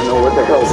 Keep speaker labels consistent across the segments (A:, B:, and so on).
A: is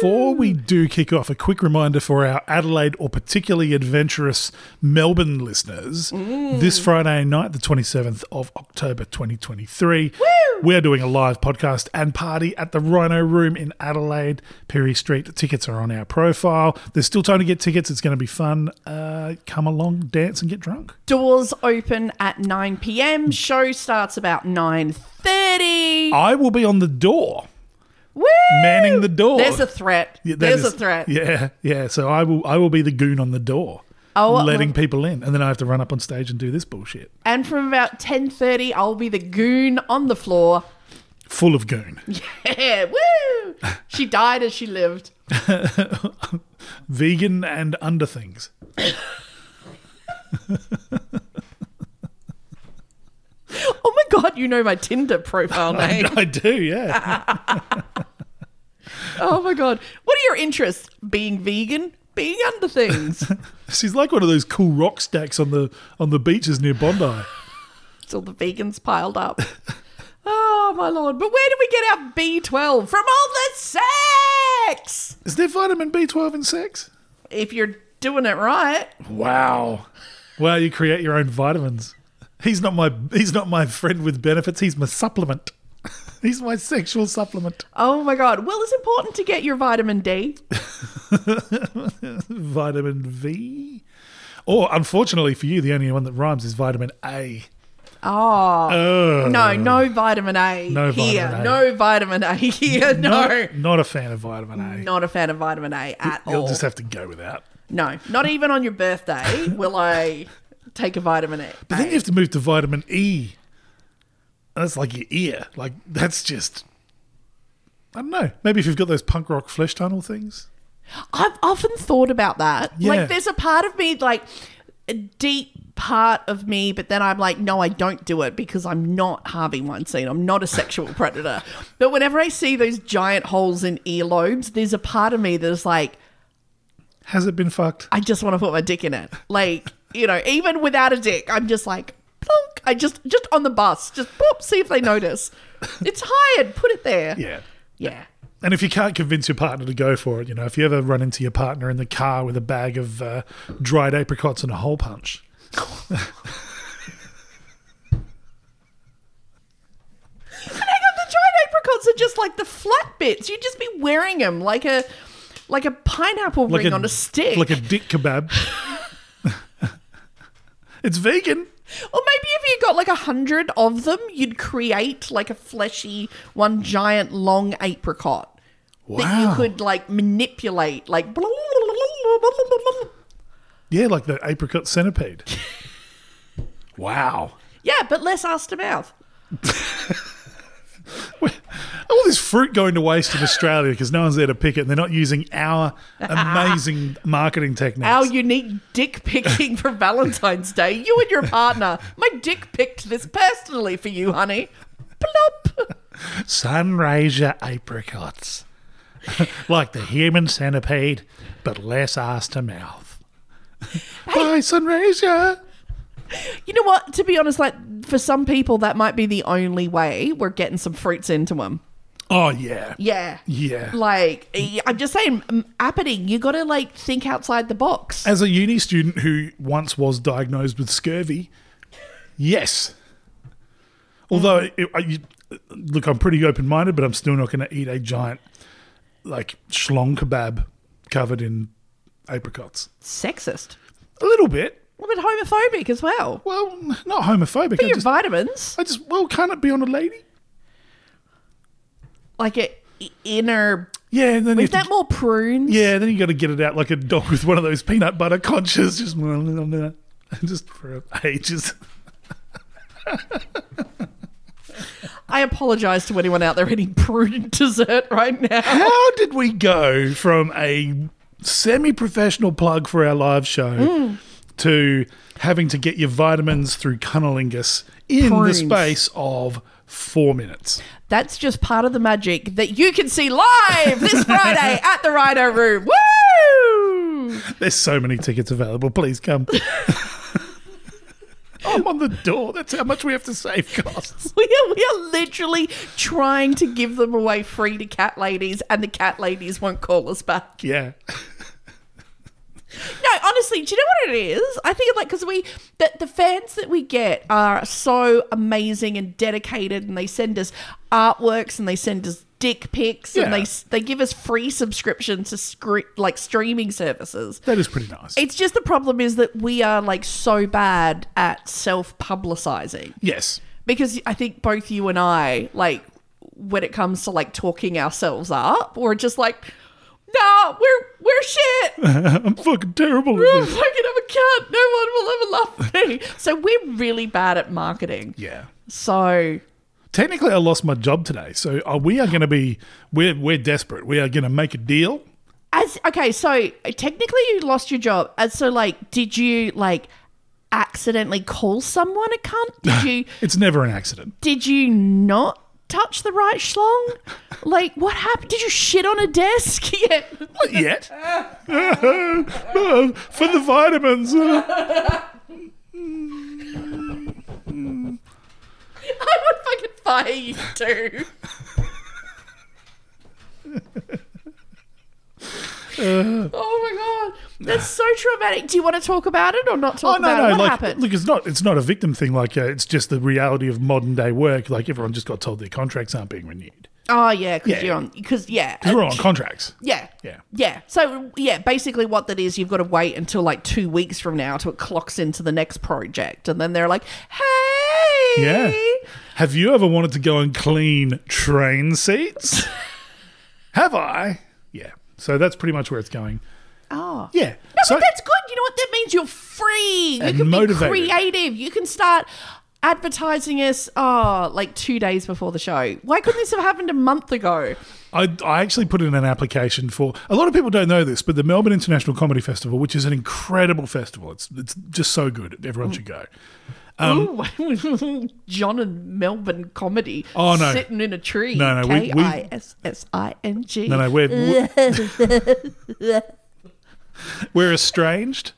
B: Before we do kick off, a quick reminder for our Adelaide or particularly adventurous Melbourne listeners. This Friday night, the 27th of October 2023, we're doing a live podcast and party at the Rhino Room in Adelaide, Perry Street. Tickets are on our profile. There's still time to get tickets. It's going to be fun. Uh, come along, dance, and get drunk.
C: Doors open at 9
B: Hmm.
C: p.m. Show starts about 9:30.
B: I will be on the door.
C: Woo!
B: manning the door.
C: There's a threat.
B: Yeah, that
C: There's
B: is-
C: a threat.
B: Yeah, yeah. So I will I will be the goon on the door.
C: Oh,
B: letting
C: well-
B: people in. And then I have to run up on stage and do this bullshit.
C: And from about 10:30, I'll be the goon on the floor.
B: Full of goon.
C: Yeah, woo! She died as she lived.
B: Vegan and under things.
C: Oh my god, you know my Tinder profile name.
B: I do, yeah.
C: Oh my god. What are your interests? Being vegan, being under things.
B: She's like one of those cool rock stacks on the on the beaches near Bondi.
C: It's all the vegans piled up. Oh my lord. But where do we get our B12 from all the sex?
B: Is there vitamin B twelve in sex?
C: If you're doing it right.
B: Wow. Wow, you create your own vitamins. He's not my he's not my friend with benefits, he's my supplement. he's my sexual supplement.
C: Oh my god. Well, it's important to get your vitamin D.
B: vitamin V. Or, unfortunately for you, the only one that rhymes is vitamin A. Oh.
C: Ah, No, no vitamin A
B: No
C: here.
B: vitamin A.
C: No vitamin A here. No.
B: Not, not a fan of vitamin A.
C: Not a fan of vitamin A at
B: You'll
C: all.
B: just have to go without.
C: no, not even on your birthday will I take a vitamin A.
B: But then you have to move to vitamin E. That's like your ear. Like, that's just. I don't know. Maybe if you've got those punk rock flesh tunnel things.
C: I've often thought about that.
B: Yeah.
C: Like, there's a part of me, like, a deep part of me, but then I'm like, no, I don't do it because I'm not Harvey Weinstein. I'm not a sexual predator. But whenever I see those giant holes in earlobes, there's a part of me that is like,
B: Has it been fucked?
C: I just want to put my dick in it. Like, you know, even without a dick, I'm just like, plonk. I just, just on the bus, just pop, see if they notice. It's hired, put it there.
B: Yeah.
C: Yeah.
B: And if you can't convince your partner to go for it, you know, if you ever run into your partner in the car with a bag of uh, dried apricots and a hole punch,
C: The giant apricots are just like the flat bits. You'd just be wearing them like a, like a pineapple
B: like
C: ring on a stick.
B: like a dick kebab. it's vegan.
C: or maybe if you got like a hundred of them, you'd create like a fleshy, one giant long apricot. That you
B: Wow.
C: could like manipulate, like
B: Yeah, like the apricot centipede. wow.
C: yeah, but less ass to mouth.
B: All this fruit going to waste in Australia because no one's there to pick it and they're not using our amazing marketing techniques.
C: our unique dick picking for Valentine's Day. You and your partner. My dick picked this personally for you, honey. Plop.
B: Sunraiser apricots. like the human centipede, but less ass to mouth. Bye, Sunraiser.
C: You know what? To be honest, like for some people, that might be the only way we're getting some fruits into them.
B: Oh, yeah.
C: Yeah.
B: Yeah.
C: Like, I'm just saying, m- appeting, you got to like think outside the box.
B: As a uni student who once was diagnosed with scurvy, yes. Although,
C: Mm.
B: it, I, you, look, I'm pretty open minded, but I'm still not going to eat a giant, like, schlong kebab covered in apricots.
C: Sexist.
B: A little bit.
C: A little bit homophobic as well.
B: Well, not homophobic.
C: For
B: I
C: your
B: just,
C: vitamins,
B: I just, well, can't it be on a lady?
C: like a i- inner.
B: Yeah, and then you
C: Is
B: have
C: that
B: to-
C: more prunes?
B: yeah, then you got to get it out like a dog with one of those peanut butter conchas, just just for ages.
C: I apologize to anyone out there eating prude dessert right now.
B: How did we go from a semi professional plug for our live show to having to get your vitamins through cunnilingus in
C: Prunes.
B: the space of four minutes?
C: That's just part of the magic that you can see live this Friday at the Rhino Room. Woo!
B: There's so many tickets available. Please come. I'm on the door. That's how much we have to save costs.
C: We are, we are literally trying to give them away free to cat ladies, and the cat ladies won't call us back.
B: Yeah.
C: No, honestly, do you know what it is? I think it's like because we that the fans that we get are so amazing and dedicated, and they send us artworks and they send us dick pics and
B: Yeah.
C: they s- they give us free subscriptions to script like streaming services.
B: That is pretty nice.
C: It's just the problem is that we are like so bad at self publicizing
B: yes.
C: because I think both you and I like when it comes to like talking ourselves up, we're just like, nah, we're we're shit.
B: I'm fucking terrible at
C: I'm
B: this.
C: fucking I'm a cunt. No one will ever love me. So we're really bad at marketing.
B: Yeah.
C: So
B: Technically, I lost my job today. So uh, we are going to be, we're, we're desperate. We are going to make a deal.
C: as okay, so technically you lost your job. And so like, did you like accidentally call someone a cunt? Did you
B: It's never an accident.
C: did you not touch the right schlong? Like what happened? Did you shit on a desk? yeah.
B: Not yet. For the vitamins.
C: I would fucking fire you too. oh my god, that's so traumatic. Do you want to talk about it or not
B: Oh
C: talk
B: no,
C: about
B: no!
C: it? What
B: like,
C: happened?
B: look, it's not it's not a victim thing. Like, uh, it's just the reality of modern day work. Like, everyone just got told their contracts aren't being renewed.
C: oh yeah, because
B: Yeah.
C: you're on. Because yeah, uh,
B: Because we're on contracts.
C: yeah,
B: Yeah.
C: yeah. So yeah, basically what that is, you've got to wait until like two weeks from now till it clocks into the next project, and then they're like, hey,
B: Yeah. Have you ever wanted to go and clean train seats? Have I? Yeah. So that's pretty much where it's going.
C: oh.
B: Yeah.
C: No,
B: so
C: but that's good. You know what? That means you're free. You
B: And
C: can
B: motivated.
C: be creative. You can start advertising us. Oh, like two days before the show. Why couldn't this have happened a month ago?
B: I, I actually put in an application for a lot of people don't know this, but the Melbourne International Comedy Festival, which is an incredible festival, it's it's just so good. Everyone should go. Um,
C: Ooh, John and Melbourne comedy.
B: Oh, no.
C: sitting in a tree.
B: No, no, we-
C: K
B: we-
C: i s s i n g.
B: No, no, we're we're, we're estranged,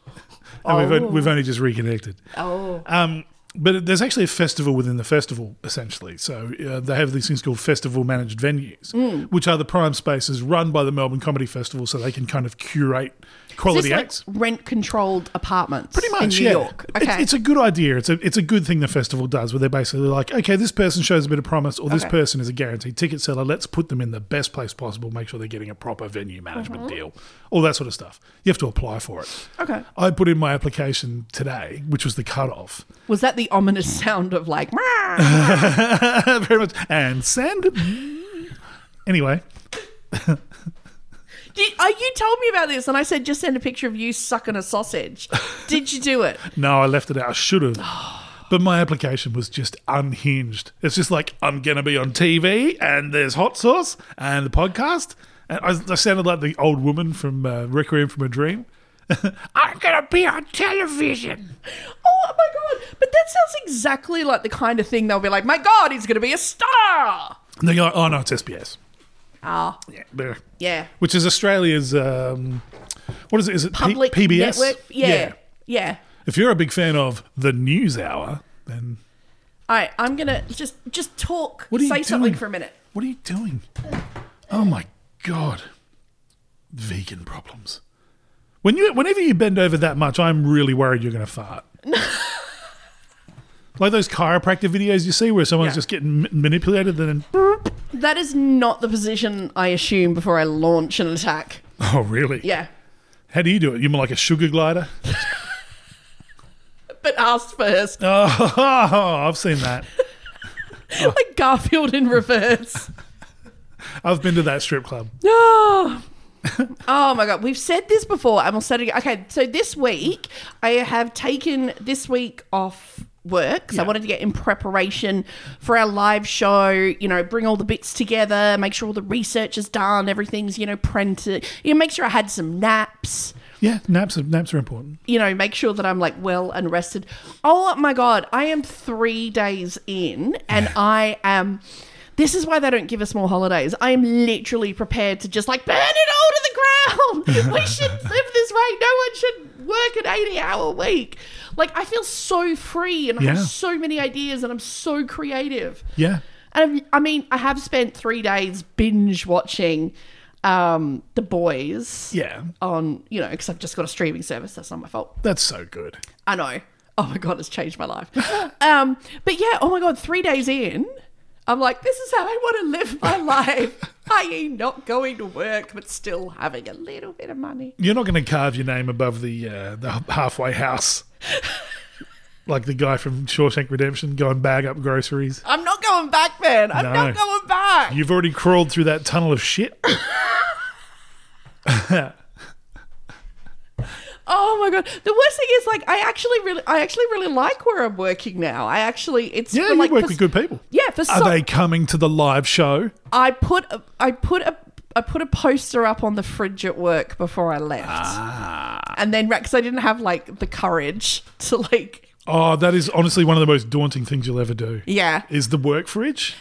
B: and we've on- we've only just reconnected.
C: Oh.
B: Um, but there's actually a festival within the festival, essentially. So uh, they have these things called festival managed venues, which are the prime spaces run by the Melbourne Comedy Festival, so they can kind of curate
C: Is
B: quality
C: this like
B: acts.
C: rent controlled apartments?
B: Pretty much,
C: in New
B: yeah.
C: York.
B: It's-
C: Okay.
B: It's, a good idea. It's a it's a good thing the festival does, where they're basically like, okay, this person shows a bit of promise, or this
C: Okay.
B: person is a guaranteed ticket seller. Let's put them in the best place possible. Make sure they're getting a proper venue management
C: Mm-hmm.
B: deal, all that sort of stuff. You have to apply for it.
C: Okay.
B: I put in my application today, which was the cutoff.
C: Was that the ominous sound of like? "Meow"?
B: Very much. And send. Anyway,
C: Did, oh, you told me about this, and I said just send a picture of you sucking a sausage. Did you do it?
B: no, I left it out. I should have. But my application was just unhinged. It's just like, I'm going to be on TV and there's hot sauce and the podcast. And I, I sounded like the old woman from uh, Requiem from a Dream. I'm going to be on television.
C: Oh my god! But that sounds exactly like the kind of thing they'll be like, "My god, he's going to be a star."
B: And they go, oh, no, it's SBS.
C: Oh,
B: Yeah. bleh.
C: yeah.
B: Which is Australia's, um, what is it? Is it P-
C: Public
B: PBS?
C: network. Yeah, yeah.
B: If you're a big fan of The News Hour, then
C: All right, I'm gonna just just talk.
B: What are you
C: Say something
B: doing?
C: for a minute.
B: What are you doing? Oh my god. Vegan problems. When you whenever you bend over that much, I'm really worried you're gonna fart. like those chiropractor videos you see where someone's
C: Yeah.
B: just getting ma- manipulated and then
C: That is not the position I assume before I launch an attack.
B: Oh really?
C: Yeah,
B: How do you do it? You're more like a sugar glider?
C: but asked first,
B: Oh, I've seen that.
C: like Garfield in reverse.
B: I've been to that strip club.
C: Oh. oh my god, we've said this before, and we'll say it again. Okay, so this week I have taken this week off work. 'cause I wanted to get in preparation for our live show, you know, bring all the bits together, make sure all the research is done, everything's, you know, printed, you know, make sure I had some naps
B: Yeah, naps are, naps are important.
C: you know, make sure that I'm like well and rested. Oh my God, I am three days in and I am. This is why they don't give us more holidays. I am literally prepared to just like burn it all to the ground. we should live this way. No one should work an 80 hour week. Like, I feel so free and I have
B: Yeah.
C: so many ideas and I'm so creative.
B: Yeah.
C: And I've- I mean, I have spent three days binge watching um, The Boys
B: Yeah.
C: on, you know, because I've just got a streaming service. That's not my fault.
B: That's so good.
C: I know. Oh my god, it's changed my life. um, but yeah, oh my god, three days in, I'm like, this is how I want to live my life, i.e., not going to work but still having a little bit of money.
B: You're not going to carve your name above the uh, the halfway house, like the guy from Shawshank Redemption going bag up groceries.
C: I'm not going back, man. I'm
B: No.
C: not going back.
B: You've already crawled through that tunnel of shit.
C: Oh my god. The worst thing is, like, I actually really, I actually really like where I'm working now. I actually, it's
B: Yeah,
C: for,
B: you
C: like,
B: work
C: for-
B: with good people.
C: Yeah, for
B: Are
C: so-
B: they coming to the live show?
C: I put a, I put a I put a poster up on the fridge at work before I left.
B: Ah.
C: And then because I didn't have like the courage to like
B: Oh, that is honestly one of the most daunting things you'll ever do.
C: yeah.
B: Is the work fridge?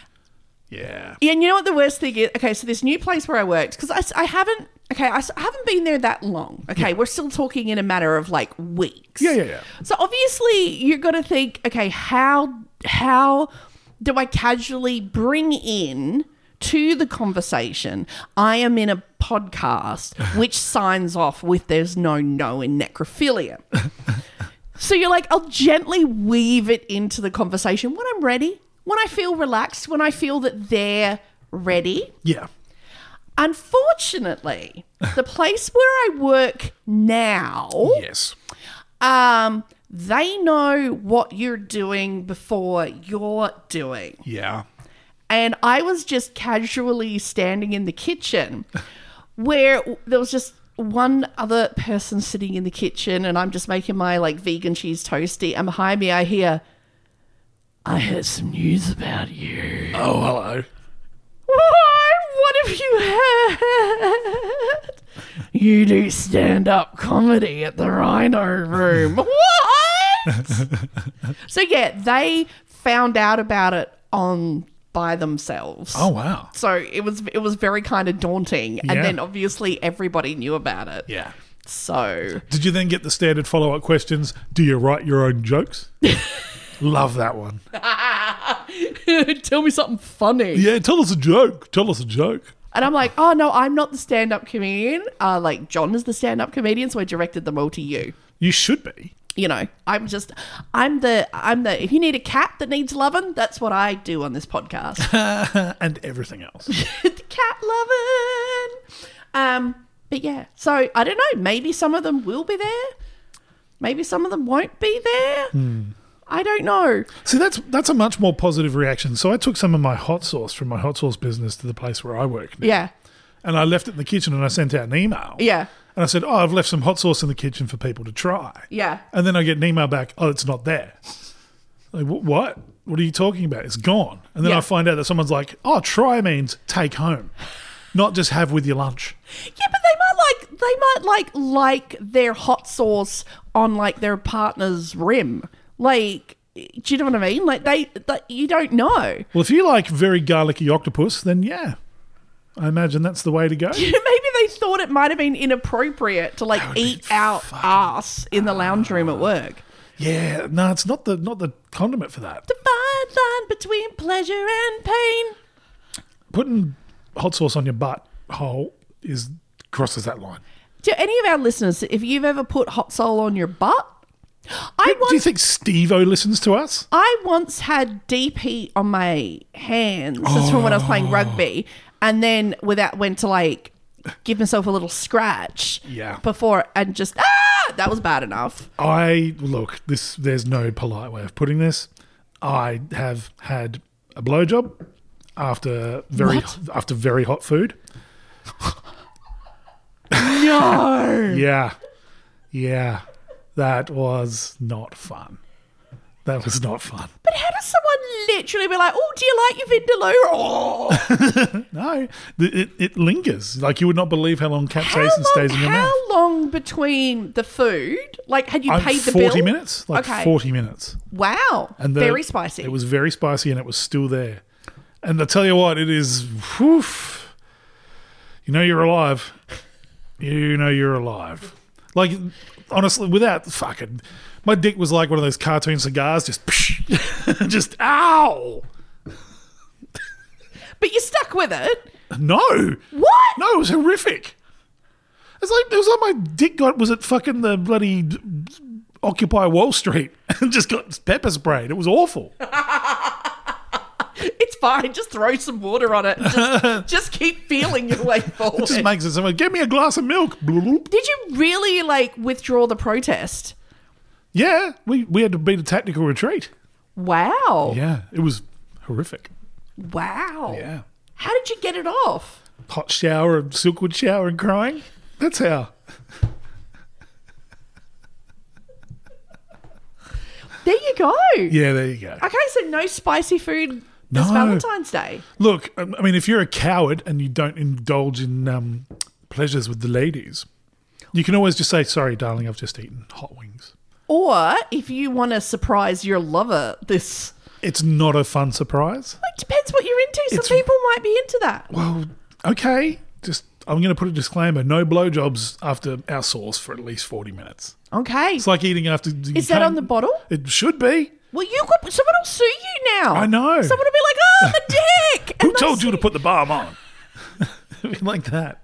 B: Yeah.
C: Yeah, and you know what the worst thing is? Okay, so this new place where I worked, because I, s- I haven't, okay, I, s- I haven't been there that long. Okay, we're still talking in a matter of like weeks.
B: Yeah, yeah, yeah.
C: So obviously you're going to think, okay, how, how do I casually bring in to the conversation? I am in a podcast which signs off with there's no no in necrophilia. So you're like, I'll gently weave it into the conversation when I'm ready, when I feel relaxed, when I feel that they're ready.
B: Yeah.
C: Unfortunately, the place where I work now,
B: Yes.
C: um, they know what you're doing before you're doing
B: Yeah.
C: and I was just casually standing in the kitchen where w- there was just one other person sitting in the kitchen and I'm just making my like vegan cheese toasty and behind me I hear I heard some news about you.
B: Oh, hello.
C: Why? What have you heard? You do stand up comedy at the Rhino Room. What? so yeah, they found out about it on by themselves.
B: Oh, wow.
C: So it was it was very kind of daunting, and
B: Yeah.
C: then obviously everybody knew about it.
B: Yeah.
C: So
B: Did you then get the standard follow up questions? Do you write your own jokes? Love that one.
C: tell me something funny,
B: Yeah, tell us a joke. Tell us a joke.
C: and I'm like, oh no, I'm not the stand up comedian. Uh, like John is the stand up comedian, so I directed them all to you.
B: You should be.
C: You know, I'm just, I'm the, I'm the. If you need a cat that needs loving, that's what I do on this podcast.
B: and everything else.
C: the cat loving. Um, but yeah, so I don't know. Maybe some of them will be there. Maybe some of them won't be there. I don't know.
B: See, that's that's a much more positive reaction. So I took some of my hot sauce from my hot sauce business to the place where I work now.
C: Yeah,
B: And I left it in the kitchen and I sent out an email.
C: yeah,
B: And I said, Oh, I've left some hot sauce in the kitchen for people to try.
C: yeah.
B: And then I get an email back, Oh, it's not there. Like, "Wh- what? What are you talking about? It's gone. And then
C: Yeah.
B: I find out that someone's like, Oh, try means take home, not just have with your lunch.
C: Yeah, but they might like they might like like their hot sauce on like their partner's rim. Like, do you know what I mean? Like they, they you don't know.
B: Well, if you like very garlicky octopus, then yeah. I imagine that's the way to go.
C: Maybe they thought it might have been inappropriate to like eat out ass in the lounge room at work.
B: yeah, no, it's not the not the condiment for that.
C: The fine line between pleasure and pain.
B: Putting hot sauce on your butt hole is crosses that line.
C: Do any of our listeners, if you've ever put hot soul on your butt, I
B: Do you
C: once
B: think Steve O listens to us?
C: I once had DP on my hands. That's from when I was playing rugby, and then without went to like give myself a little scratch.
B: Yeah.
C: Before and just ah, that was bad enough.
B: I look, this there's no polite way of putting this. I have had a blowjob after very after very hot food. no. yeah. Yeah. That was not fun. That was not fun.
C: But how does someone literally be like, "Oh, do you like your vindaloo?" Oh,
B: No, th- it, it lingers. Like you would not believe how long
C: how
B: capsaicin
C: long,
B: stays in your
C: how
B: mouth.
C: long between the food? Like, had you
B: I'm-
C: paid the
B: 40
C: bill?
B: minutes? Like
C: Okay.
B: 40 minutes.
C: Wow,
B: And the-
C: very spicy.
B: It was very spicy and it was still there. And I tell you what, it is. Whew, you know you're alive. You know you're alive. Like, honestly, without fucking. My dick was like one of those cartoon cigars, just. just ow!
C: but you stuck with it.
B: No!
C: What?
B: No, it was horrific. It's like it was like my dick got was it fucking the bloody Occupy Wall Street and just got pepper sprayed. It was awful.
C: It's fine. Just throw some water on it. and Just, just keep feeling your way forward.
B: Just makes it someone give me a glass of milk. Bloop.
C: Did you really like withdraw the protest?
B: Yeah, we we had to beat a tactical retreat.
C: Wow.
B: Yeah, it was horrific.
C: Wow.
B: Yeah,
C: How did you get it off?
B: hot shower, and silkwood shower, and crying. That's how.
C: There you go.
B: Yeah, there you go.
C: Okay, so no spicy food this
B: No.
C: Valentine's Day.
B: Look, I I mean, if you're a coward and you don't indulge in um, pleasures with the ladies, you can always just say, "Sorry, darling, I've just eaten hot wings."
C: Or if you want to surprise your lover, this
B: It's not a fun surprise.
C: it depends what you're into. Some
B: It's-
C: people might be into that.
B: Well, okay. Just I'm going to put a disclaimer: no blowjobs after our sauce for at least forty minutes.
C: Okay.
B: It's like eating after. you
C: Is that
B: can't-
C: on the bottle?
B: It should be.
C: Well, you could. Someone will sue you now.
B: I know.
C: Someone will be like, "Oh, the dick."
B: Who
C: and they'll
B: told you to
C: sue-
B: put the bomb on? I mean, like that.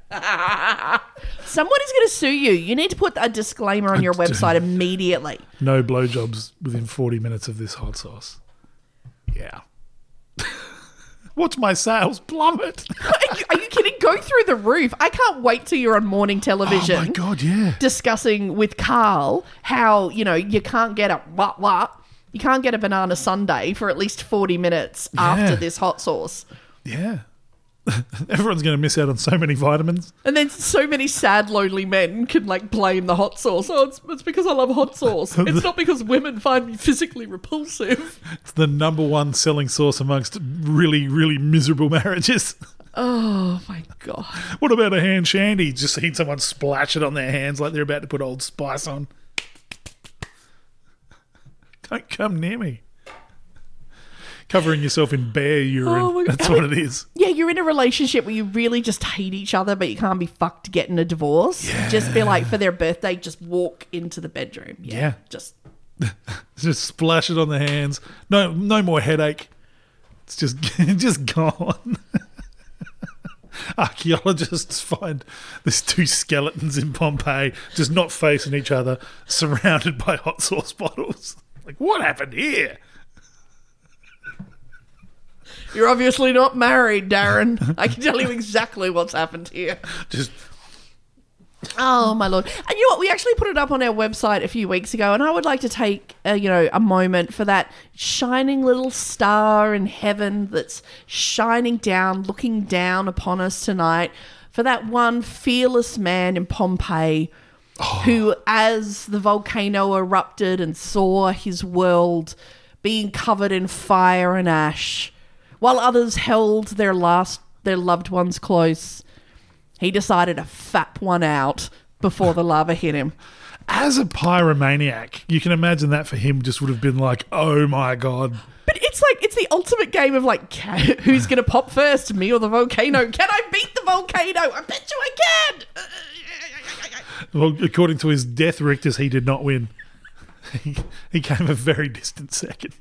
C: Someone is going to sue you. You need to put a disclaimer on your
B: do.
C: website immediately.
B: No blowjobs within forty minutes of this hot sauce. Yeah. Watch my sales plummet.
C: Are you, are you kidding? Go through the roof. I can't wait till you're on morning television.
B: Oh my god! Yeah.
C: discussing with Carl how, you know, you can't get a what what. You can't get a banana sundae for at least 40 minutes after
B: Yeah.
C: this hot sauce.
B: Yeah. Everyone's going to miss out on so many vitamins.
C: And then so many sad, lonely men can like blame the hot sauce. Oh, it's, it's because I love hot sauce. It's not because women find me physically repulsive.
B: It's the number one selling sauce amongst really, really miserable marriages.
C: Oh my God.
B: What about a hand shandy? Just seen someone splash it on their hands like they're about to put old spice on. Don't come near me. Covering yourself in bear urine.
C: Oh my God.
B: That's what it is.
C: Yeah, you're in a relationship where you really just hate each other, but you can't be fucked getting a divorce. Just be like, for their birthday, just walk into the bedroom. Yeah.
B: Yeah.
C: Just
B: Just splash it on the hands. No no more headache. It's just just gone. Archaeologists find these two skeletons in Pompeii, just not facing each other, surrounded by hot sauce bottles. Like, what happened here?
C: You're obviously not married, Darren. I can tell you exactly what's happened here.
B: Just
C: Oh my lord! And you know what? We actually put it up on our website a few weeks ago, and I would like to take uh, you know a moment for that shining little star in heaven that's shining down, looking down upon us tonight. For that one fearless man in Pompeii, who, as the volcano erupted and saw his world being covered in fire and ash, while others held their last their loved ones close. He decided to fap one out before the lava hit him.
B: as a pyromaniac, you can imagine that for him just would have been like, oh my god.
C: But it's like it's the ultimate game of like, ca- who's gonna pop first, me or the volcano? Can I beat the volcano? I bet you I can.
B: Well, according to his death rictus, he did not win. He, he came a very distant second.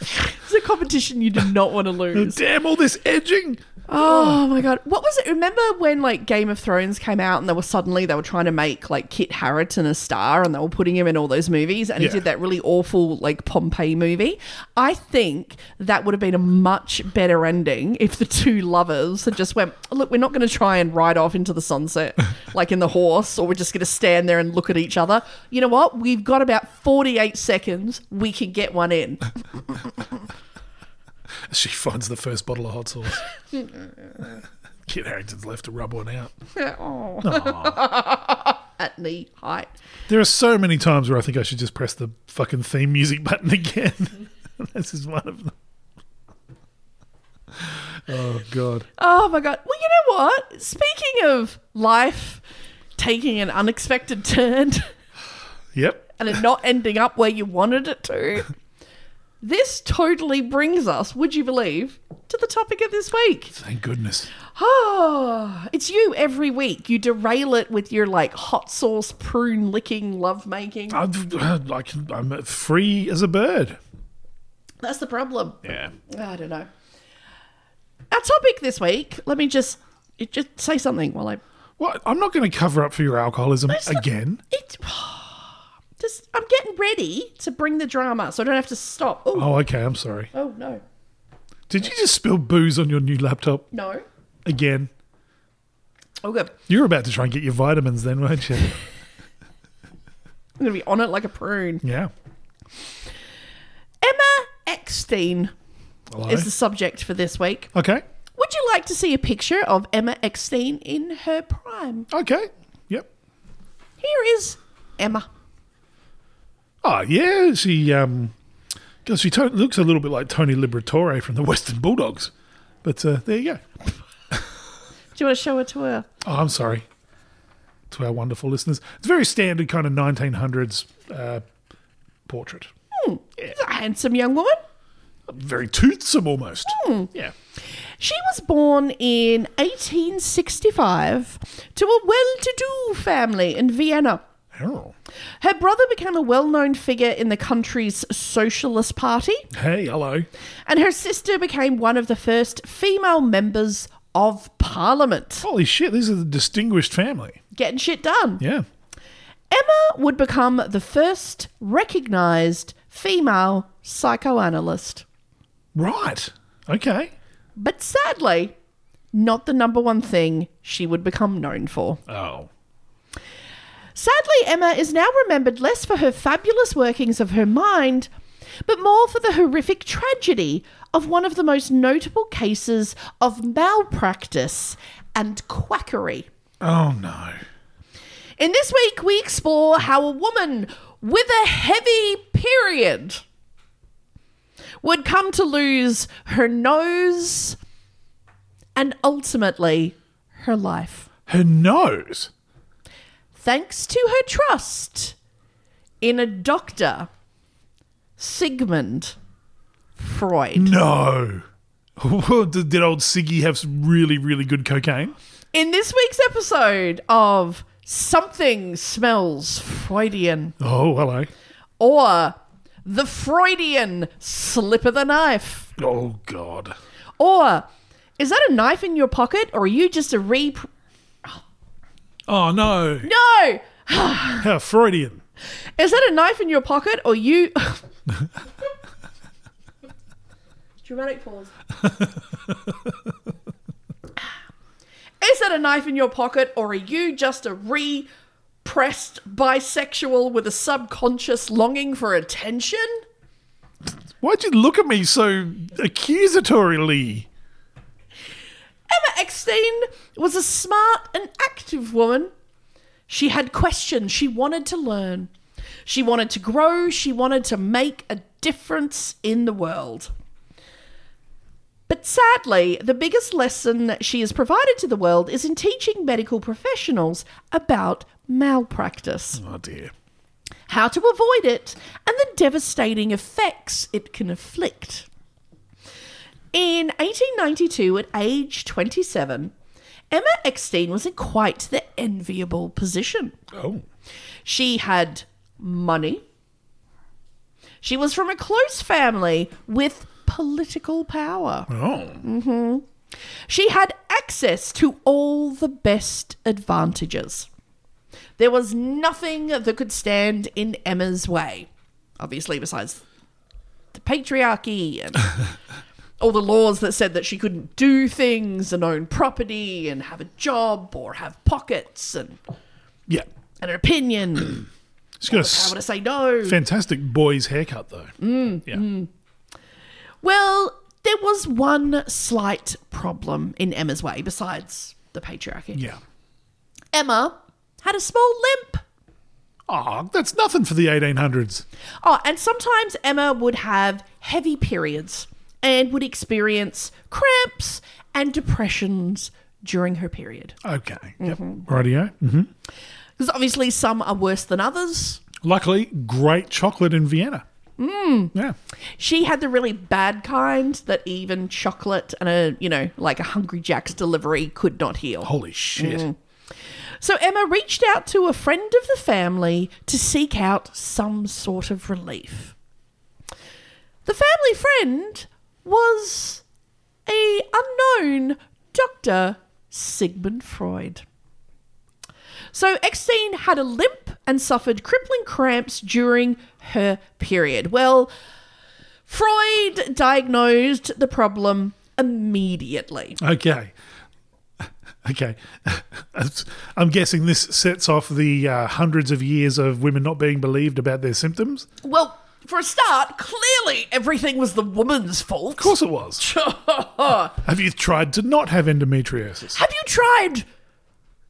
C: It's a competition you do not want to lose.
B: Damn all this edging!
C: Oh my god, what was it? Remember when like Game of Thrones came out and they were suddenly they were trying to make like Kit Harrington a star and they were putting him in all those movies and
B: Yeah.
C: he did that really awful like Pompeii movie. I think that would have been a much better ending if the two lovers had just went, look, we're not going to try and ride off into the sunset like in the horse, or we're just going to stand there and look at each other. You know what? We've got about forty eight seconds. We can get one in.
B: She finds the first bottle of hot sauce. Kid Harrington's left to rub one out.
C: oh.
B: Aw.
C: at knee height.
B: There are so many times where I think I should just press the fucking theme music button again. this is one of them. Oh god.
C: Oh my god. Well, you know what? Speaking of life taking an unexpected turn
B: Yep.
C: and it not ending up where you wanted it to, this totally brings us, would you believe, to the topic of this week.
B: Thank goodness.
C: Oh, it's you every week. You derail it with your like hot sauce prune licking lovemaking.
B: I've, I can, I'm free as a bird.
C: That's the problem.
B: Yeah.
C: I don't know. Our topic this week. Let me just it- just say something while I
B: Well, I'm not going to cover up for your alcoholism
C: not-
B: again.
C: it. Just I'm getting ready to bring the drama, so I don't have to stop. Oh,
B: Oh, okay. I'm sorry.
C: oh no,
B: Did you just spill booze on your new laptop
C: no.
B: again?
C: Oh good.
B: You were about to try and get your vitamins then, weren't you?
C: I'm gonna be on it like a prune.
B: Yeah.
C: Emma Eckstein
B: Hello.
C: is the subject for this week.
B: okay.
C: Would you like to see a picture of Emma Eckstein in her prime?
B: Okay. Yep.
C: Here is Emma.
B: Oh, yeah. She, um, because she to- looks a little bit like Tony Liberatore from the Western Bulldogs. But uh, there you go.
C: Do you want to show her to her?
B: Oh, I'm sorry to our wonderful listeners. It's a very standard kind of 1900s uh, portrait.
C: Hmm, She's a handsome young woman.
B: Very toothsome almost. Yeah.
C: She was born in 1865 to a well to do family in Vienna.
B: Oh.
C: Her brother became a well known figure in the country's Socialist Party,
B: Hey, hello.
C: and her sister became one of the first female members of Parliament.
B: Holy shit, these are the distinguished family.
C: Getting shit done.
B: Yeah.
C: Emma would become the first recognized female psychoanalyst.
B: Right. Okay.
C: But sadly, not the number one thing she would become known for.
B: Oh.
C: Sadly, Emma is now remembered less for her fabulous workings of her mind, but more for the horrific tragedy of one of the most notable cases of malpractice and quackery.
B: Oh, no.
C: In this week, we explore how a woman with a heavy period would come to lose her nose and ultimately her life.
B: Her nose.
C: thanks to her trust in a doctor, Sigmund Freud.
B: No. did, did old Siggy have some really, really good cocaine?
C: In this week's episode of Something Smells Freudian
B: Oh, hello.
C: or The Freudian Slip of the Knife
B: Oh, God.
C: or Is that a knife in your pocket or are you just a re.
B: Oh, no.
C: No!
B: How Freudian.
C: Is that a knife in your pocket or you. Dramatic pause. Is that a knife in your pocket or are you just a repressed bisexual with a subconscious longing for attention?
B: Why'd you look at me so accusatorily?
C: Emma Eckstein was a smart and active woman. She had questions. She wanted to learn. She wanted to grow. She wanted to make a difference in the world. But sadly, the biggest lesson that she has provided to the world is in teaching medical professionals about malpractice,
B: Oh, dear.
C: how to avoid it, and the devastating effects it can afflict. In 1892, at age 27, Emma Eckstein was in quite the enviable position.
B: Oh.
C: She had money. She was from a close family with political power. Mm-hmm.
B: Oh.
C: She had access to all the best advantages. There was nothing that could stand in Emma's way, obviously, besides the patriarchy and all the laws that said that she couldn't do things and own property and have a job or have pockets and,
B: Yeah.
C: and an opinion.
B: She's got a
C: I want to
B: s-
C: say no.
B: fantastic boy's haircut, though. yeah.
C: Well, there was one slight problem in Emma's way besides the patriarchy.
B: Yeah.
C: Emma had a small limp.
B: Oh, that's nothing for the 1800s.
C: Oh, and sometimes Emma would have heavy periods and would experience cramps and depressions during her period.
B: Okay. Yep. Radio. hmm
C: Because obviously some are worse than others.
B: Luckily, great chocolate in Vienna. Mm. Yeah.
C: She had the really bad kind that even chocolate and a, you know, like a Hungry Jack's delivery could not heal. Mm.
B: Holy shit.
C: So Emma reached out to a friend of the family to seek out some sort of relief. The family friend was a unknown Dr. Sigmund Freud. So Eckstein had a limp and suffered crippling cramps during her period. Well, Freud diagnosed the problem immediately.
B: Okay. Okay. I'm guessing this sets off the uh, hundreds of years of women not being believed about their symptoms. Of
C: Well, for a start, clearly everything was the woman's fault.
B: course it was. Have you tried to not have endometriosis?
C: Have you tried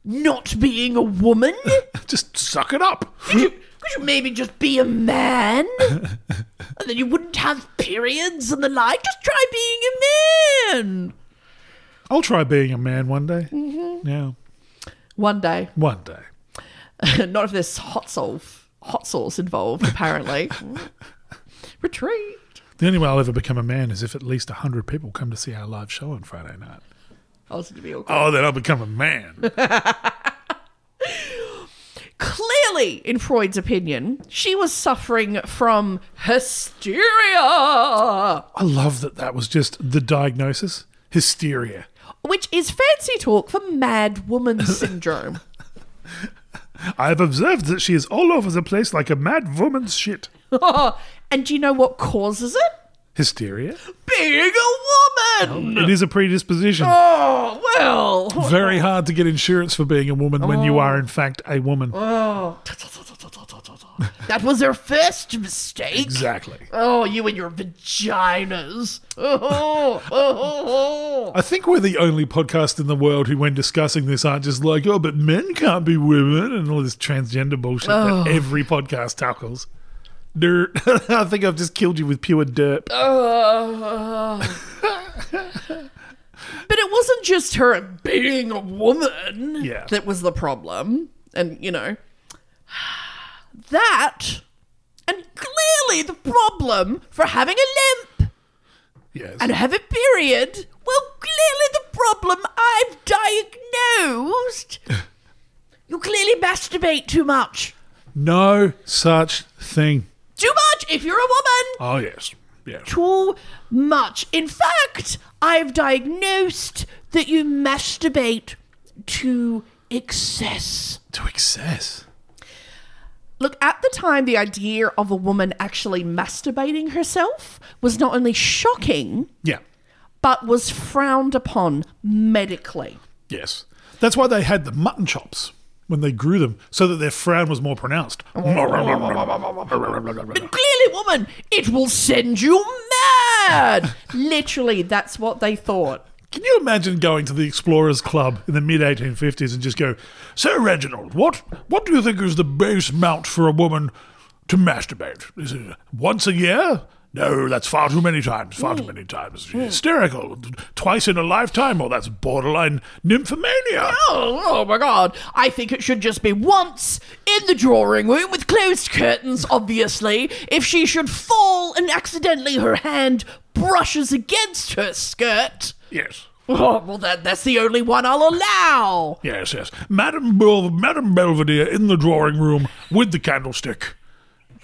C: not being a woman? Could
B: Just suck it up.
C: you maybe just be a man? and then you wouldn't have periods and the like. Just try being a man.
B: I'll try being a man one day. Mm-hmm. Yeah.
C: One day.
B: One day.
C: not if there's hot sauce, hot sauce involved, apparently. Retreat.
B: The only way I'll ever become a man is if at least 100 people come to see our live show on Friday night.
C: I was going to be awkward.
B: Oh, then I'll become a man.
C: Clearly, in Freud's opinion, she was suffering from hysteria.
B: I love that that was just the diagnosis hysteria.
C: which is fancy talk for mad woman syndrome.
B: I have observed that she is all over the place like a mad woman's shit.
C: and do you know what causes it?
B: Hysteria?
C: Being a woman.
B: It is a predisposition.
C: Oh well.
B: Very hard to get insurance for being a woman when you are, in fact, a woman.
C: That was her first mistake.
B: Exactly.
C: Oh, you and your vaginas. Oh, oh, oh, oh.
B: I think we're the only podcast in the world who, when discussing this, aren't just like, oh, but men can't be women and all this transgender bullshit that every podcast tackles. Dirt. I think I've just killed you with pure dirt.
C: But it wasn't just her being a woman
B: Yeah.
C: that was the problem. And, you know, that, and clearly the problem for having a limp
B: Yes.
C: and have a period. Well, clearly the problem I've diagnosed. you clearly masturbate too much.
B: no such thing.
C: Too much if you're a woman.
B: Oh, yes. Yes.
C: Too much. In fact, I've diagnosed that you masturbate to excess.
B: To excess.
C: Look, at the time, the idea of a woman actually masturbating herself was not only shocking,
B: Yeah.
C: but was frowned upon medically.
B: Yes. That's why they had the mutton chops when they grew them, so that their frown was more pronounced.
C: clearly, woman, it will send you mad. Literally, that's what they thought.
B: Can you imagine going to the Explorers Club in the mid 1850s and just go, Sir Reginald, what, what do you think is the base amount for a woman to masturbate? Is it once a year? No, that's far too many times. Far
C: Mm.
B: too many times. Hysterical. Twice in a lifetime. Or that's borderline nymphomania.
C: Oh, oh my god! I think it should just be once in the drawing room with closed curtains. Obviously, if she should fall and accidentally her hand brushes against her skirt.
B: Yes.
C: Oh, well, that, that's the only one I'll allow.
B: Yes, yes. Madame, Bel- Madame Belvedere in the drawing room with the candlestick.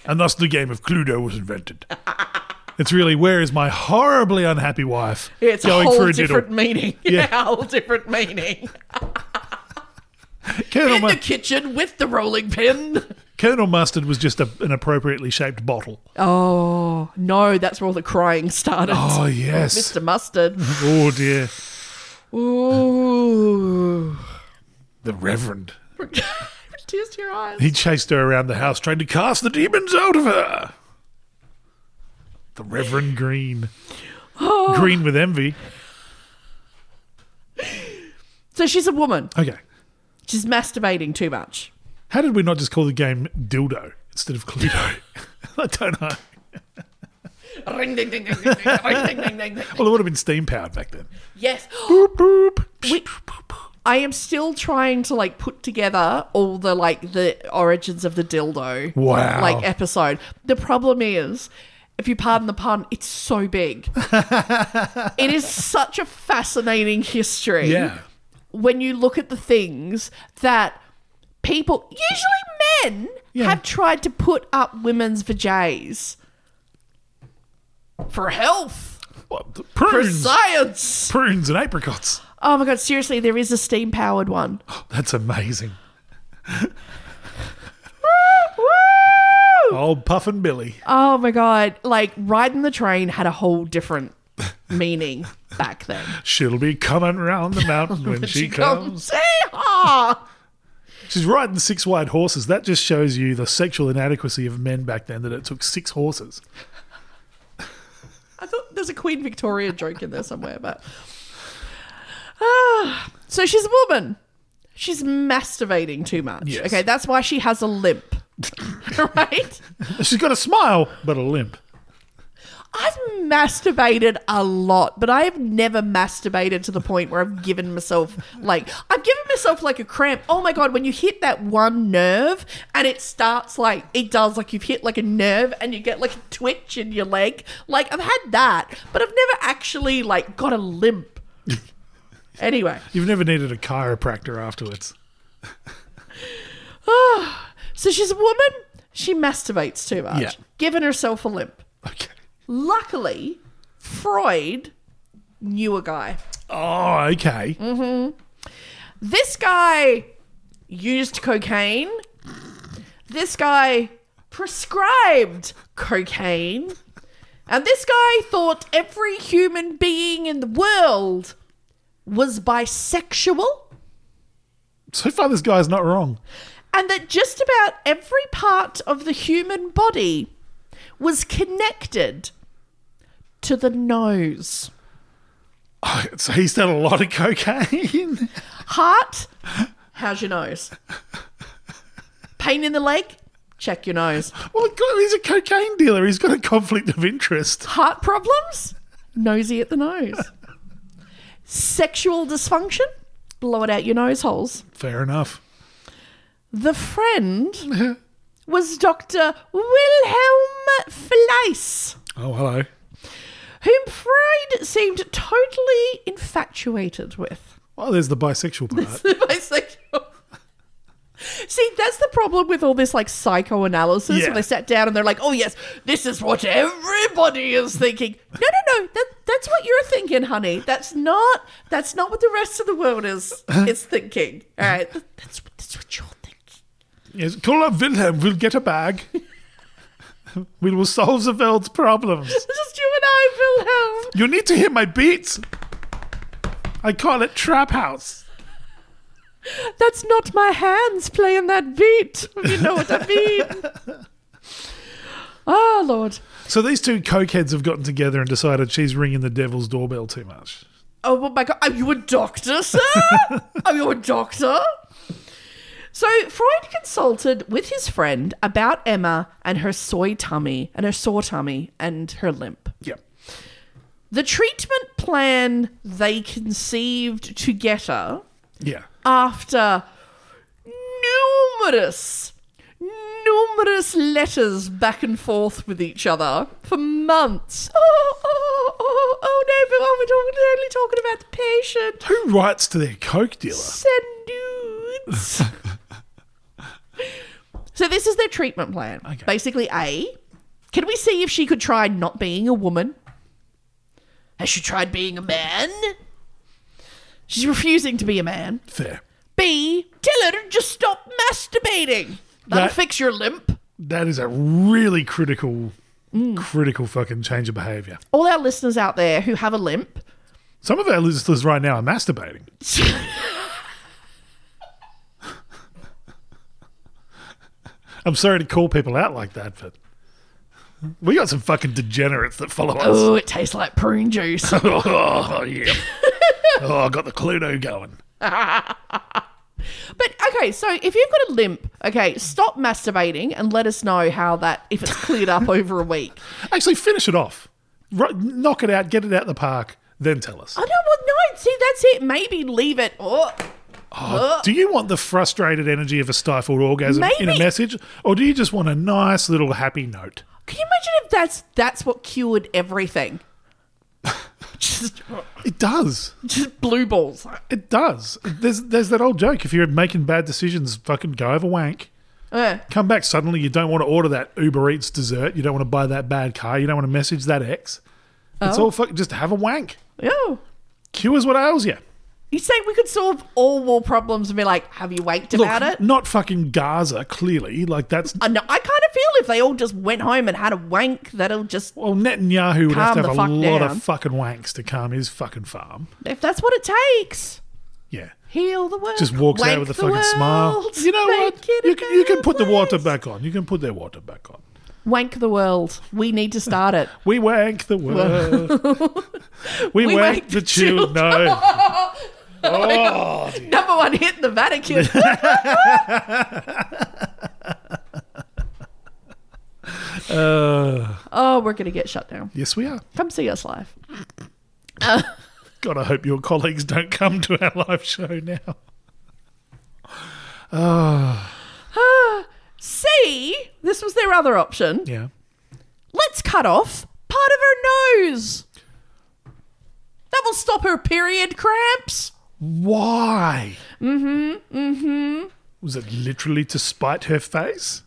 B: And thus the game of Cluedo was invented. It's really where is my horribly unhappy wife
C: It's
B: going
C: a whole
B: for a diddle?
C: different meaning.
B: Yeah.
C: Yeah. a whole different meaning.
B: Colonel,
C: In the
B: Mu-
C: kitchen with the rolling pin.
B: Colonel Mustard was just a, an appropriately shaped bottle.
C: Oh no, that's where all the crying started.
B: Oh, yes.
C: Mr. Mustard.
B: Oh, dear.
C: Ooh.
B: The Reverend.
C: Tears to your eyes.
B: He chased her around the house trying to cast the demons out of her. The Reverend Green.
C: Oh.
B: Green with envy.
C: So she's a woman.
B: Okay.
C: She's masturbating too much.
B: How did we not just call the game Dildo instead of Cluedo? I don't know.
C: Ring, ding, ding, ding, ding, ding, ring, ding, ding, ding, ding.
B: Well, it would have been steam powered back then.
C: Yes.
B: Boop, boop.
C: We- I am still trying to like put together all the like the origins of the dildo.
B: Wow.
C: Like episode. The problem is, if you pardon the pun, it's so big. it is such a fascinating history.
B: Yeah.
C: When you look at the things that people, usually men,
B: Yeah.
C: have tried to put up women's vajays for health,
B: What the-
C: for
B: Prunes.
C: science.
B: Prunes and apricots.
C: Oh my god, seriously, there is a steam powered one.
B: That's amazing. Old Puffin Billy.
C: Oh my god, like riding the train had a whole different meaning back then.
B: She'll be coming round the mountain when she, comes.
C: Say ha!
B: She's riding six wide horses. That just shows you the sexual inadequacy of men back then that it took six horses.
C: I thought there's a Queen Victoria joke in there somewhere, but Ah, so she's a woman. She's masturbating too much.
B: Yes.
C: Okay, that's why she has a limp. right?
B: She's got a smile, but a limp.
C: I've masturbated a lot, but I have never masturbated to the point where I've given myself like I've given myself like a cramp. Oh my god, when you hit that one nerve and it starts like it does like you've hit like a nerve and you get like a twitch in your leg. Like I've had that, but I've never actually like got a limp. anyway,
B: You've never needed a chiropractor afterwards.
C: so she's a woman, she masturbates too much,
B: Yeah.
C: giving herself a limp.
B: Okay.
C: Luckily, Freud knew a guy.
B: Oh, okay.
C: This guy used cocaine. This guy prescribed cocaine. And this guy thought every human being in the world was bisexual
B: So far, this guy's not wrong.
C: and that just about every part of the human body was connected to the nose.
B: Oh, so he's done a lot of cocaine.
C: Heart, how's your nose? Pain in the leg? Check your nose.
B: well, God, he's a cocaine dealer. He's got a conflict of interest.
C: heart problems, nosy at the nose. Sexual dysfunction, blow it out your nose holes.
B: Fair enough.
C: The friend was Dr. Wilhelm Fleiss,
B: Oh, hello.
C: whom Freud seemed totally infatuated with.
B: Well, there's the bisexual part.
C: Bisexual. See, that's the problem with all this like psychoanalysis.
B: Yeah.
C: When they sat down and they're like, "Oh yes, this is what everybody is thinking." No, no, no. That that's what you're thinking, honey. That's not that's not what the rest of the world is is thinking. All right, That- that's what- that's what you're thinking.
B: yes, call up Wilhelm. We'll get a bag. we will solve the world's problems.
C: It's just you and I, Wilhelm.
B: You need to hear my beats. I call it Trap House.
C: That's not my hands playing that beat. You know what I mean? oh Lord.
B: So these two cokeheads have gotten together and decided she's ringing the devil's doorbell too much.
C: Oh my god, are you a doctor, sir? are you a doctor? So Freud consulted with his friend about Emma and her soy tummy and her sore tummy and her limp.
B: Yep.
C: The treatment plan they conceived to get her
B: Yeah.
C: after numerous, numerous letters back and forth with each other for months. Oh, oh, oh, oh no, but oh, we're talking, we're only talking about the patient.
B: Who writes to their coke dealer?
C: Send nudes. so this is their treatment plan.
B: Okay.
C: Basically, A, can we see if she could try not being a woman? Has she tried being a man? She's refusing to be a man.
B: Fair.
C: B, tell her to just stop masturbating. That'll
B: That-
C: fix your limp.
B: That is a really critical, critical fucking change of behavior.
C: All our listeners out there who have a limp,
B: Some of our listeners right now are masturbating. I'm sorry to call people out like that, but we got some fucking degenerates that follow us.
C: oh, it tastes like prune juice.
B: Oh, yeah. oh, I got the Cluedo going.
C: But okay, so if you've got a limp, okay, stop masturbating and let us know how that if it's cleared up over a week.
B: Actually, finish it off. Ru- knock it out, get it out the park, then tell us.
C: I don't want no. See, that's it. Maybe leave it. Oh,
B: Do you want the frustrated energy of a stifled orgasm in a
C: Maybe.
B: message, or do you just want a nice little happy note?
C: can you imagine if that's that's what cured everything? just,
B: It does.
C: just blue balls.
B: It does. There's there's that old joke. If you're making bad decisions, fucking go have a wank. Come back suddenly. You don't want to order that Uber Eats dessert. You don't want to buy that bad car. You don't want to message that ex. It's all fuck. Just have a wank.
C: Oh.
B: Cures what ails you.
C: You say we could solve all war problems and be like, have you waked
B: Look,
C: about it?
B: not fucking Gaza. Clearly, like that's
C: I know. I kind of feel if they all just went home and had a wank, that'll just
B: well Netanyahu would have
C: Calm
B: to
C: the
B: have a
C: fuck
B: lot
C: down.
B: of fucking wanks to calm his fucking farm.
C: if that's what it takes.
B: Yeah.
C: Heal the world.
B: just walks
C: Wake
B: out with a
C: the
B: fucking smile.
C: world.
B: You know
C: Make
B: what?
C: it a
B: You can, you can
C: better
B: put the water
C: place.
B: back on. You can put their water back on.
C: Wank the world. We need to start it.
B: We wank the world. we,
C: We
B: wank, the children. No. Oh,
C: Number one hit in the Vatican. oh, we're going to get shut down.
B: Uh, yes, we are.
C: Come see us live.
B: God, I hope your colleagues don't come to our live show now.
C: C, this was their other option.
B: Yeah.
C: Let's cut off part of her nose. That will stop her period cramps.
B: Why? Mm-hmm. Mm-hmm. Was it literally to spite her face?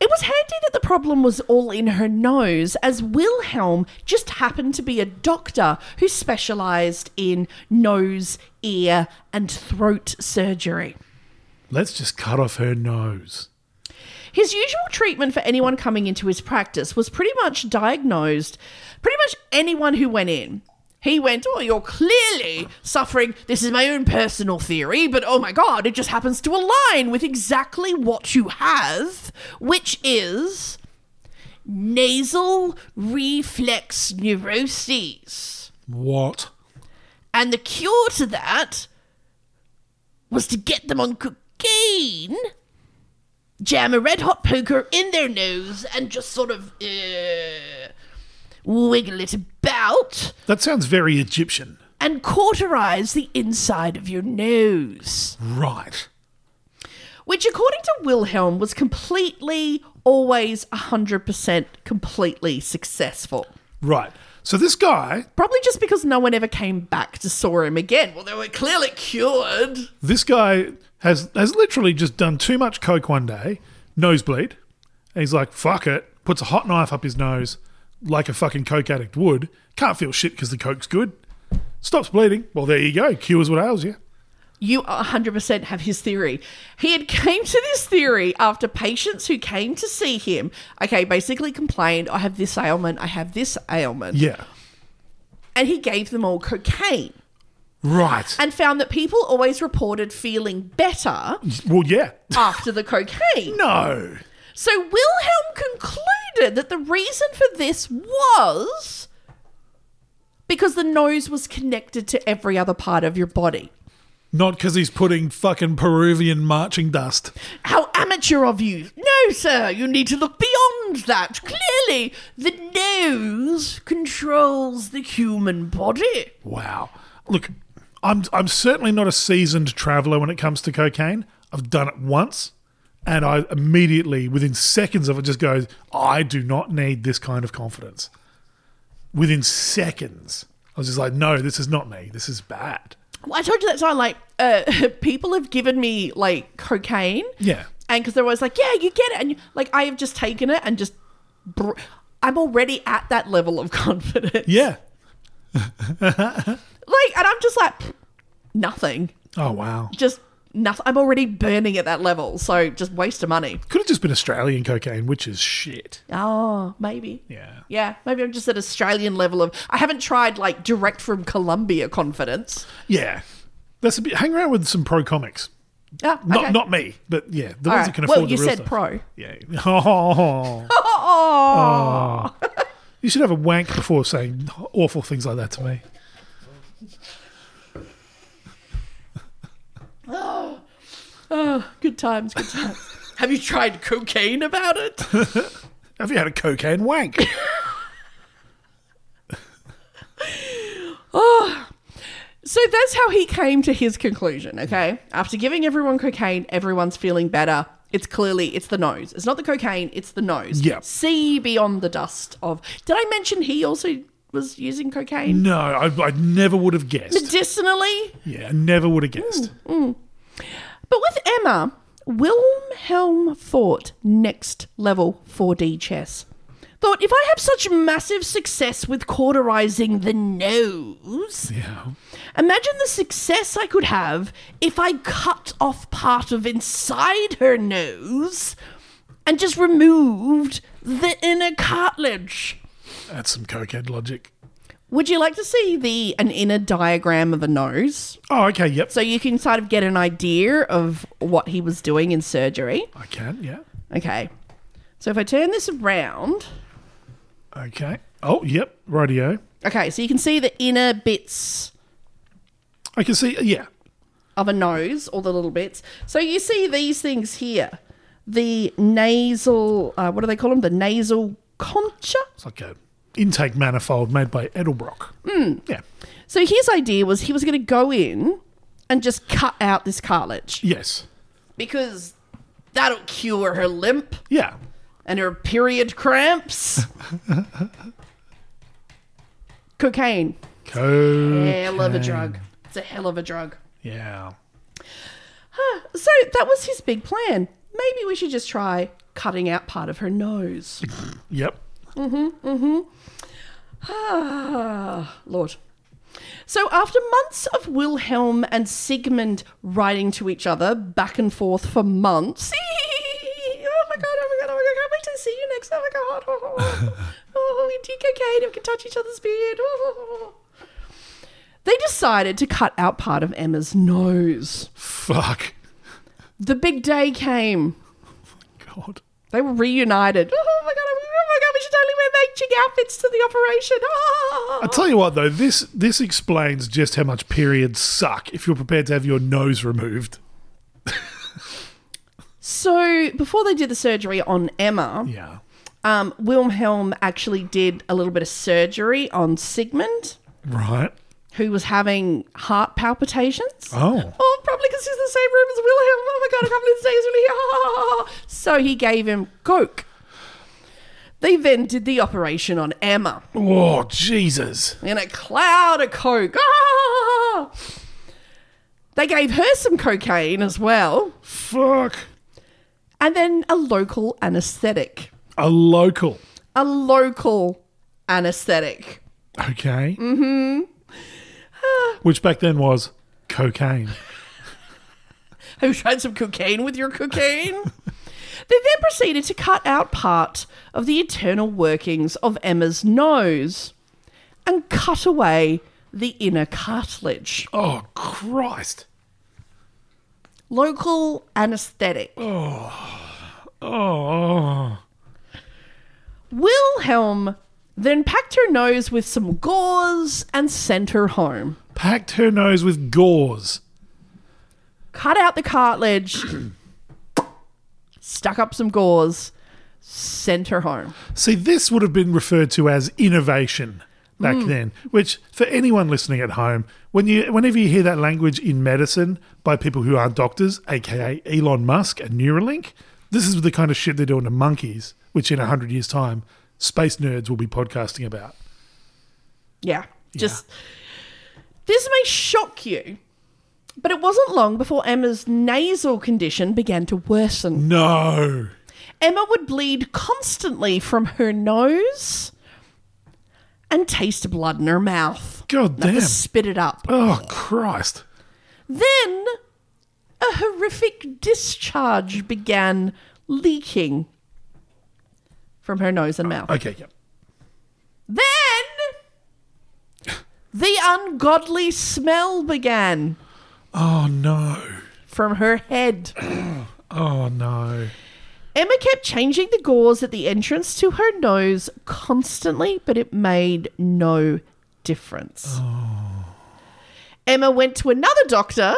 C: It was handy that the problem was all in her nose, as Wilhelm just happened to be a doctor who specialised in nose, ear, and throat surgery.
B: Let's just cut off her nose.
C: His usual treatment for anyone coming into his practice was pretty much diagnosed, pretty much anyone who went in. He went, Oh, you're clearly suffering. This is my own personal theory, but oh my God, it just happens to align with exactly what you have, which is nasal reflex neuroses.
B: What?
C: And the cure to that was to get them on cocaine, jam a red hot poker in their nose, and just sort of uh, wiggle it about
B: That sounds very Egyptian.
C: and cauterize the inside of your nose.
B: Right.
C: Which, according to Wilhelm, was completely, always 100% completely successful.
B: Right. So this guy
C: Probably just because no one ever came back to saw him again. Well, they were clearly cured.
B: this guy has has literally just done too much coke one day, nosebleed, and he's like, "Fuck it," puts a hot knife up his nose, like a fucking coke addict would. Can't feel shit because the coke's good. Stops bleeding. Well, there you go. Cures what ails you.
C: you 100% have his theory he had came to this theory after patients who came to see him okay basically complained i have this ailment i have this ailment
B: Yeah.
C: and he gave them all cocaine
B: Right.
C: and found that people always reported feeling better
B: well, yeah.
C: after the cocaine
B: No.
C: so wilhelm concluded that the reason for this was because the nose was connected to every other part of your body
B: Not because he's putting fucking Peruvian marching dust.
C: How amateur of you! No, sir, you need to look beyond that. Clearly, the nose controls the human body.
B: Wow. Look, I'm I'm certainly not a seasoned traveler when it comes to cocaine. I've done it once and I immediately within seconds of it just goes, I do not need this kind of confidence. Within seconds. I was just like, no, this is not me. This is bad.
C: Well, I told you that time, like, uh, people have given me, like, cocaine.
B: Yeah.
C: And because they're always like, yeah, you get it. And, like, I have just taken it and just. Br- I'm already at that level of confidence.
B: Yeah.
C: Like, and I'm just like, "Pfft, nothing.
B: Oh wow.
C: Just nothing. I'm already burning at that level. So just waste of money.
B: Could have just been Australian cocaine, which is shit.
C: Oh, maybe.
B: Yeah.
C: Yeah, maybe I'm just at Australian level of. I haven't tried like direct from Colombia confidence.
B: Yeah. That's a bit hang around with some pro comics.
C: Yeah,
B: Not
C: okay.
B: not me, but yeah, the
C: All
B: ones
C: right.
B: that can
C: Well,
B: afford the
C: you
B: real
C: said
B: stuff.
C: pro.
B: Yeah. Oh. You should have a wank before saying awful things like that to me.
C: Oh, good times, good times. Have you tried cocaine about it?
B: Have you had a cocaine wank?
C: So that's how he came to his conclusion, okay? After giving everyone cocaine, everyone's feeling better. It's clearly it's the nose. It's not the cocaine, it's the nose.
B: Yep.
C: See beyond the dust of Did I mention he also was using cocaine?
B: no, I, I never would have guessed.
C: Medicinally?
B: Yeah, I never would have guessed.
C: But with Emma, Wilhelm fought next level 4D chess. Thought if I have such massive success with cauterizing the nose,
B: Yeah.
C: imagine the success I could have if I cut off part of inside her nose and just removed the inner cartilage.
B: That's some cocaine logic.
C: Would you like to see the an inner diagram of a nose?
B: Oh, okay. Yep.
C: So you can sort of get an idea of what he was doing in surgery.
B: I can. Yeah.
C: Okay. So if I turn this around,
B: Okay. Oh, yep. Radio.
C: okay, so you can see the inner bits
B: I can see. Yeah.
C: of a nose, all the little bits. So you see these things here. The nasal, uh, what do they call them? The nasal concha?
B: It's like a intake manifold made by Edelbrock. Yeah.
C: So his idea was he was going to go in and just cut out this cartilage
B: Yes.
C: because that'll cure her limp
B: Yeah.
C: and her period cramps. Cocaine.
B: Cocaine.
C: Hell of a drug. It's a hell of a drug.
B: Yeah.
C: So that was his big plan. Maybe we should just try cutting out part of her nose.
B: Yep.
C: Ah, Lord. So after months of Wilhelm and Sigmund writing to each other back and forth for months. Oh my god, oh my god, oh my god, I can't wait to see you next. Oh my god. Oh, oh, oh we do cocaine, we can touch each other's beard. Oh. They decided to cut out part of Emma's nose.
B: Fuck.
C: The big day came.
B: God.
C: They were reunited. Oh my god! Oh my god! We should only wear matching outfits to the operation.
B: I
C: Ah.
B: tell you what, though, this this explains just how much periods suck if you're prepared to have your nose removed.
C: So before they did the surgery on Emma,
B: Yeah.
C: um, Wilhelm actually did a little bit of surgery on Sigmund,
B: Right.
C: who was having heart palpitations.
B: Oh.
C: Oh, probably because he's in the same room as Wilhelm. Oh my god! I can't believe this day is really here. Ah. So he gave him coke. They then did the operation on Emma.
B: Oh, Jesus.
C: in a cloud of coke. Ah! They gave her some cocaine as well,
B: Fuck.
C: and then a local anesthetic.
B: A local.
C: A local anesthetic.
B: Okay. Mm-hmm. Which back then was cocaine.
C: Have you tried some cocaine with your cocaine? they then proceeded to cut out part of the internal workings of Emma's nose and cut away the inner cartilage.
B: Oh, Christ.
C: Local anesthetic.
B: Oh.
C: Wilhelm then packed her nose with some gauze and sent her home.
B: Packed her nose with gauze.
C: Cut out the cartilage, stuck up some gauze, sent her home.
B: See, this would have been referred to as innovation back then, which for anyone listening at home, when you whenever you hear that language in medicine by people who aren't doctors, aka Elon Musk and Neuralink, this is the kind of shit they're doing to monkeys, which in 100 years time, space nerds will be podcasting about.
C: Yeah, just this may shock you, but it wasn't long before Emma's nasal condition began to worsen.
B: No.
C: Emma would bleed constantly from her nose and taste blood in her mouth.
B: God
C: Like
B: damn.
C: to spit it up.
B: Oh, Christ.
C: Then a horrific discharge began leaking from her nose and mouth.
B: Okay, yep.
C: Then the ungodly smell began
B: Oh, no.
C: from her head.
B: Oh, no.
C: Emma kept changing the gauze at the entrance to her nose constantly, but it made no difference. Emma went to another doctor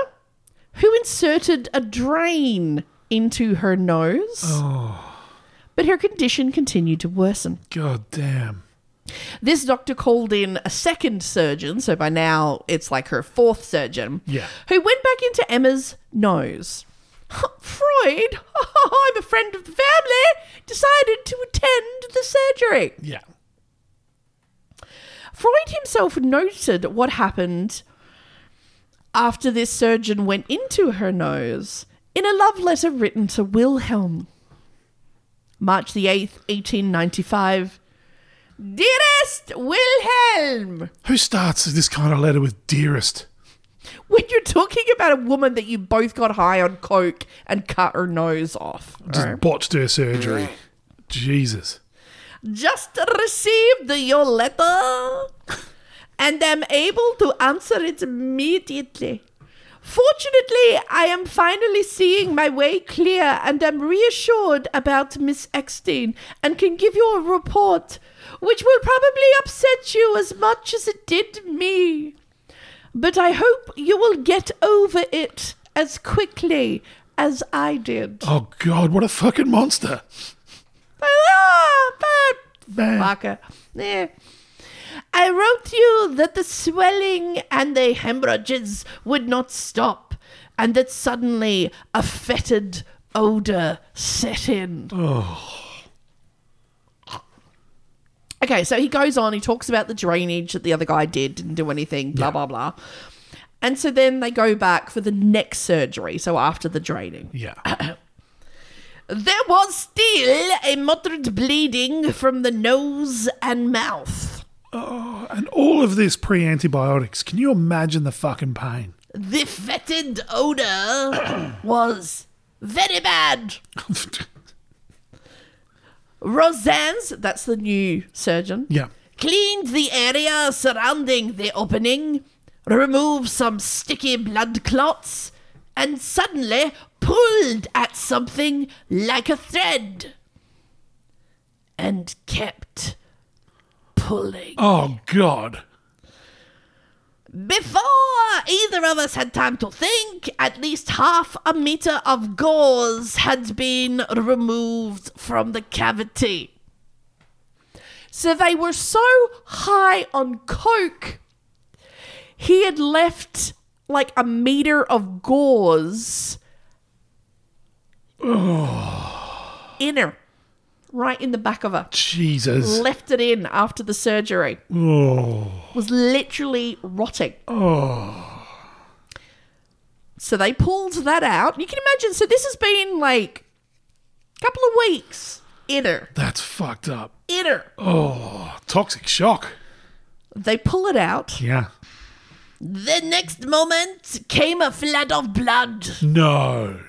C: who inserted a drain into her nose. But her condition continued to worsen.
B: God damn.
C: This doctor called in a second surgeon, so by now it's like her fourth surgeon.
B: Yeah.
C: Who went back into Emma's nose. Freud, I'm a friend of the family, decided to attend the surgery.
B: Yeah.
C: Freud himself noted what happened after this surgeon went into her nose in a love letter written to Wilhelm. March the 8th, 1895. Dearest Wilhelm!
B: Who starts this kind of letter with dearest?
C: When you're talking about a woman that you both got high on coke and cut her nose off.
B: Just botched her surgery. Jesus.
C: just received your letter and am able to answer it immediately. Fortunately, I am finally seeing my way clear and am reassured about Miss Eckstein and can give you a report, which will probably upset you as much as it did me. But I hope you will get over it as quickly as I did.
B: Oh God, what a fucking monster.
C: Ah, but
B: Man.
C: Parker. Yeah. I wrote you that the swelling and the hemorrhages would not stop, and that suddenly a fetid odor set in. Oh. Okay, so he goes on, he talks about the drainage that the other guy did, didn't do anything, blah, blah, blah. And so then they go back for the next surgery, so after the draining.
B: Yeah.
C: There was still a muttered bleeding from the nose and mouth.
B: And all of this pre antibiotics. Can you imagine the fucking pain?
C: The fetid odor was very bad. Roseanne's, that's the new surgeon,
B: yeah.
C: cleaned the area surrounding the opening, removed some sticky blood clots, and suddenly pulled at something like a thread. And kept pulling.
B: Oh God.
C: Before either of us had time to think, at least half a meter of gauze had been removed from the cavity. So they were so high on coke, he had left like a meter of gauze in her, right in the back of her.
B: Jesus.
C: Left it in after the surgery
B: oh.
C: was literally rotting. Oh. So they pulled that out. You can imagine. So this has been like a couple of weeks. Inner,
B: That's fucked up.
C: inner.
B: Toxic shock.
C: They pull it out.
B: Yeah.
C: The next moment came a flood of blood.
B: No.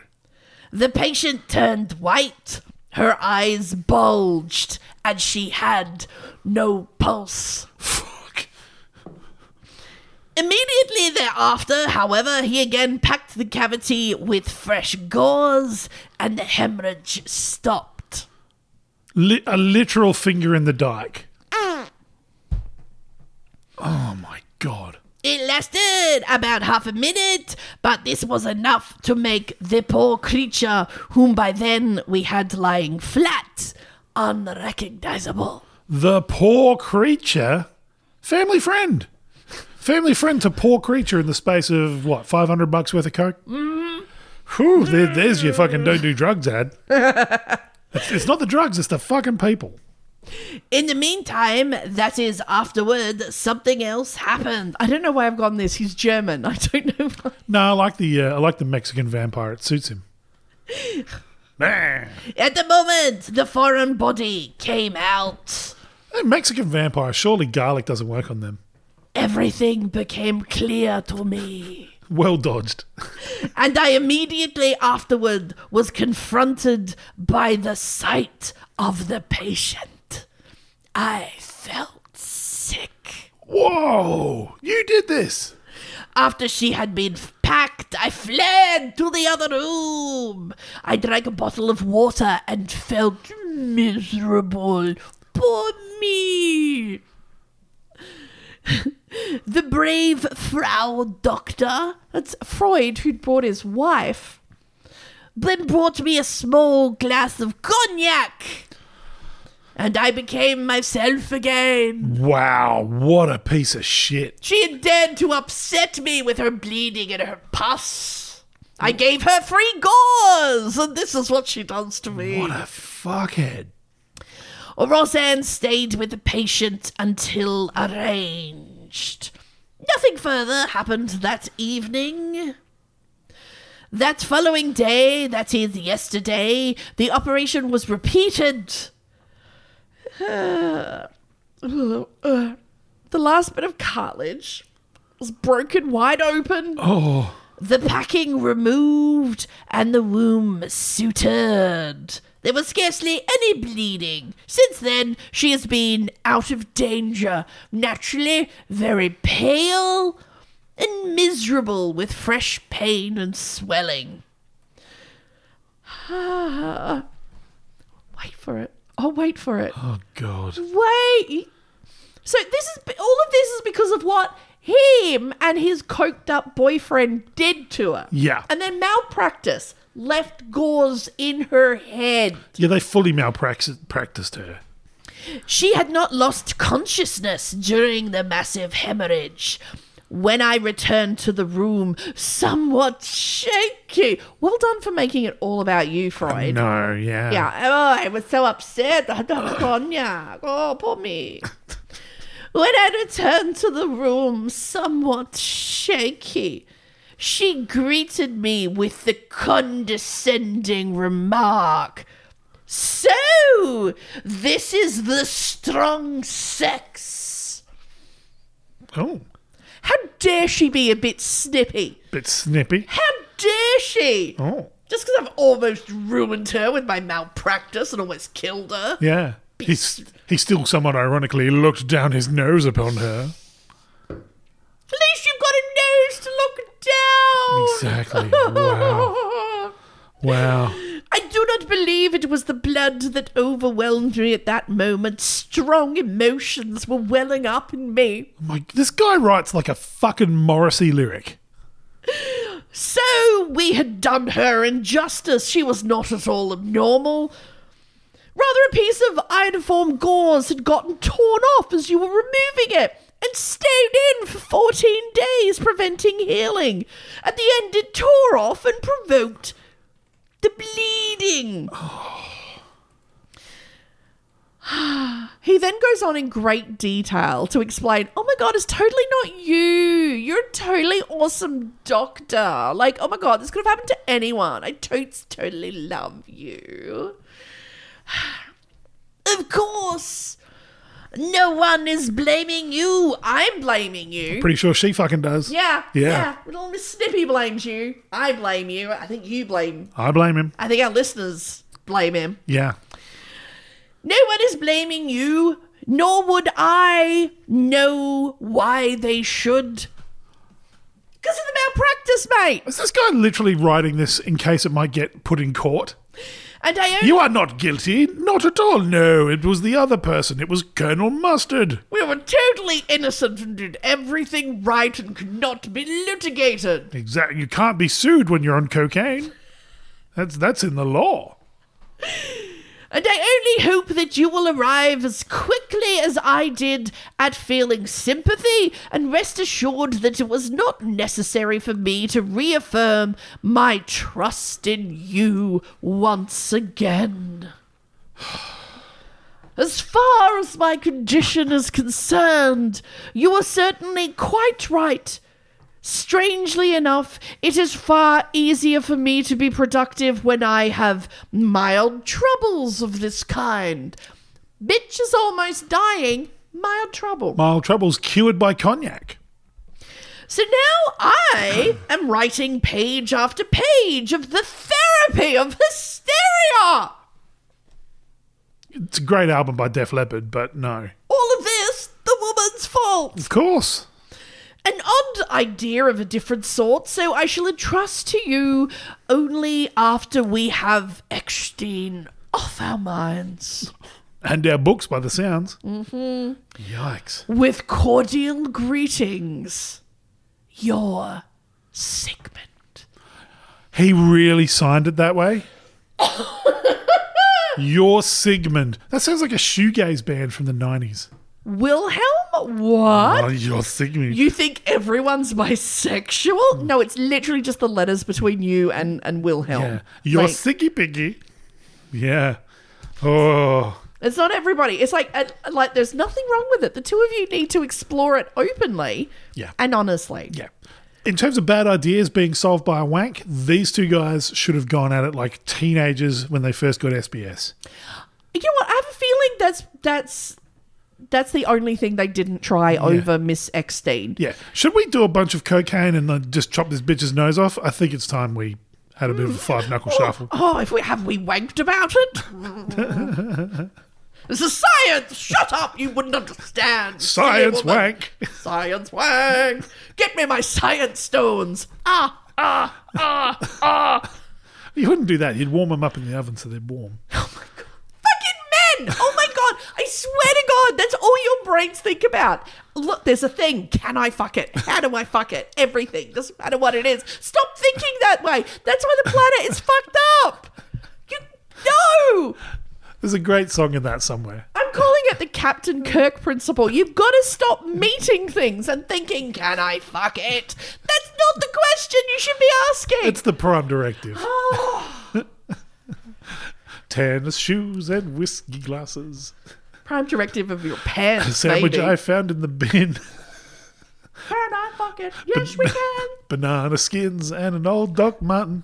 C: The patient turned white. Her eyes bulged, and she had no pulse.
B: Fuck.
C: Immediately thereafter, however, he again packed the cavity with fresh gauze and the hemorrhage stopped.
B: Li- a literal finger in the dike. Oh my God.
C: It lasted about half a minute, but this was enough to make the poor creature, whom by then we had lying flat, unrecognizable.
B: The poor creature. Family friend. Family friend to poor creature in the space of what, 500 bucks worth of coke? Mm. Whew, there, there's your fucking don't do drugs ad. it's, it's not the drugs, it's the fucking people.
C: In the meantime, that is afterward, something else happened. I don't know why I've gone this. He's German. I don't know why.
B: No, I like the uh, I like the Mexican vampire. It suits him. Man.
C: At the moment, the foreign body came out.
B: Hey, Mexican vampire. Surely garlic doesn't work on them.
C: Everything became clear to me.
B: Well dodged.
C: And I immediately afterward was confronted by the sight of the patient. I felt sick.
B: Whoa! Oh, You did this.
C: After she had been packed, I fled to the other room. I drank a bottle of water and felt miserable. Poor me. the brave Frau Doctor, that's Freud who'd brought his wife, then brought me a small glass of cognac. And I became myself again.
B: Wow, what a piece of shit.
C: She had dared to upset me with her bleeding and her pus. I gave her free gauze, and this is what she does to me.
B: What a fuckhead.
C: Roseanne stayed with the patient until arranged. Nothing further happened that evening. That following day, that is yesterday, the operation was repeated. the last bit of cartilage was broken wide open.
B: Oh,
C: The packing removed and the womb sutured. There was scarcely any bleeding. Since then, she has been out of danger, naturally very pale and miserable with fresh pain and swelling. wait for it. Oh, wait for it.
B: oh god.
C: Wait. So this is all of this is because of what him and his coked up boyfriend did to her.
B: Yeah.
C: And then malpractice left gauze in her head.
B: Yeah, they fully malpracticed practiced her.
C: She had not lost consciousness during the massive hemorrhage. When I returned to the room, somewhat shaky. Well done for making it all about you, Freud.
B: No, yeah.
C: Yeah. Oh, I was so upset. I don't have cognac. Oh, poor me. When I returned to the room, somewhat shaky, she greeted me with the condescending remark So, this is the strong sex.
B: Oh,
C: How dare she be a bit snippy?
B: bit snippy.
C: How dare she?
B: Oh,
C: Just because I've almost ruined her with my malpractice and almost killed her.
B: yeah. He's he still somewhat ironically looked down his nose upon her.
C: At least you've got a nose to look down.
B: Exactly. Wow. Wow.
C: I do not believe it was the blood that overwhelmed me at that moment. Strong emotions were welling up in me.
B: My, this guy writes like a fucking Morrissey lyric.
C: So we had done her injustice. She was not at all abnormal. Rather, a piece of iodoform gauze had gotten torn off as you were removing it and stayed in for 14 days, preventing healing. At the end, it tore off and provoked the bleeding. he then goes on in great detail to explain oh my god, it's totally not you. You're a totally awesome doctor. Like, oh my god, this could have happened to anyone. I totes totally love you. Of course. No one is blaming you. I'm blaming you.
B: Pretty sure she fucking does.
C: yeah,
B: Yeah.
C: Little Miss Snippy blames you. I blame you. I think you blame.
B: I blame him.
C: I think our listeners blame him.
B: Yeah.
C: No one is blaming you, nor would I know why they should. Because of the malpractice, mate.
B: Is this guy literally writing this in case it might get put in court?
C: And I only.
B: You are not guilty. Not at all. No, it was the other person. It was Colonel Mustard.
C: we were totally innocent and did everything right and could not be litigated.
B: Exactly. You can't be sued when you're on cocaine. That's that's in the law.
C: And I only hope that you will arrive as quickly as I did at feeling sympathy and rest assured that it was not necessary for me to reaffirm my trust in you once again. As far as my condition is concerned, you are certainly quite right. Strangely enough, it is far easier for me to be productive when I have mild troubles of this kind. Bitch is almost dying. Mild trouble.
B: Mild troubles cured by cognac.
C: So now I am writing page after page of the therapy of hysteria.
B: It's a great album by Def Leppard, but no.
C: All of this, the woman's fault.
B: Of course.
C: an odd idea of a different sort, so I shall entrust to you only after we have Eckstein off our minds.
B: and our books by the sounds. Mm-hmm. Yikes.
C: With cordial greetings, your Sigmund.
B: He really signed it that way. Your Sigmund. That sounds like a shoegaze band from the 90s.
C: Wilhelm? What?
B: Oh, your Sigmund.
C: You think everyone's bisexual? No, it's literally just the letters between you and, and Wilhelm.
B: yeah. Your
C: Like,
B: Siggy Piggy. Yeah. Oh.
C: it's not everybody. It's like uh, like there's nothing wrong with it. The two of you need to explore it openly
B: Yeah.
C: and honestly.
B: Yeah. In terms of bad ideas being solved by a wank, these two guys should have gone at it like teenagers when they first got SBS.
C: You know what? I have a feeling that's that's that's the only thing they didn't try over Miss Eckstein.
B: Yeah. Should we do a bunch of cocaine and then just chop this bitch's nose off? I think it's time we had a bit of a five knuckle shuffle.
C: Oh, if we have we wanked about it? this is science! Shut up! You wouldn't understand. silly
B: Science
C: woman.
B: wank.
C: Science wank! Get me my science stones! Ah, ah, ah, ah!
B: You wouldn't do that. You'd warm them up in the oven so they're warm.
C: Oh Fucking men! Oh my god! I swear to God, that's all your brains think about. Look, there's a thing. Can I fuck it? How do I fuck it? Everything. Doesn't matter what it is. Stop thinking that way. That's why the planet is fucked up. You, no!
B: There's a great song in that somewhere.
C: I'm calling it the Captain Kirk principle. You've got to stop meeting things and thinking, can I fuck it? That's not the question you should be asking.
B: It's the prime directive.
C: Oh.
B: Tennis shoes and whiskey glasses.
C: Prime directive of your pants,
B: Sandwich
C: baby.
B: I found in the bin.
C: Can I fuck it? Yes, we can.
B: Banana skins and an old Doc Martin.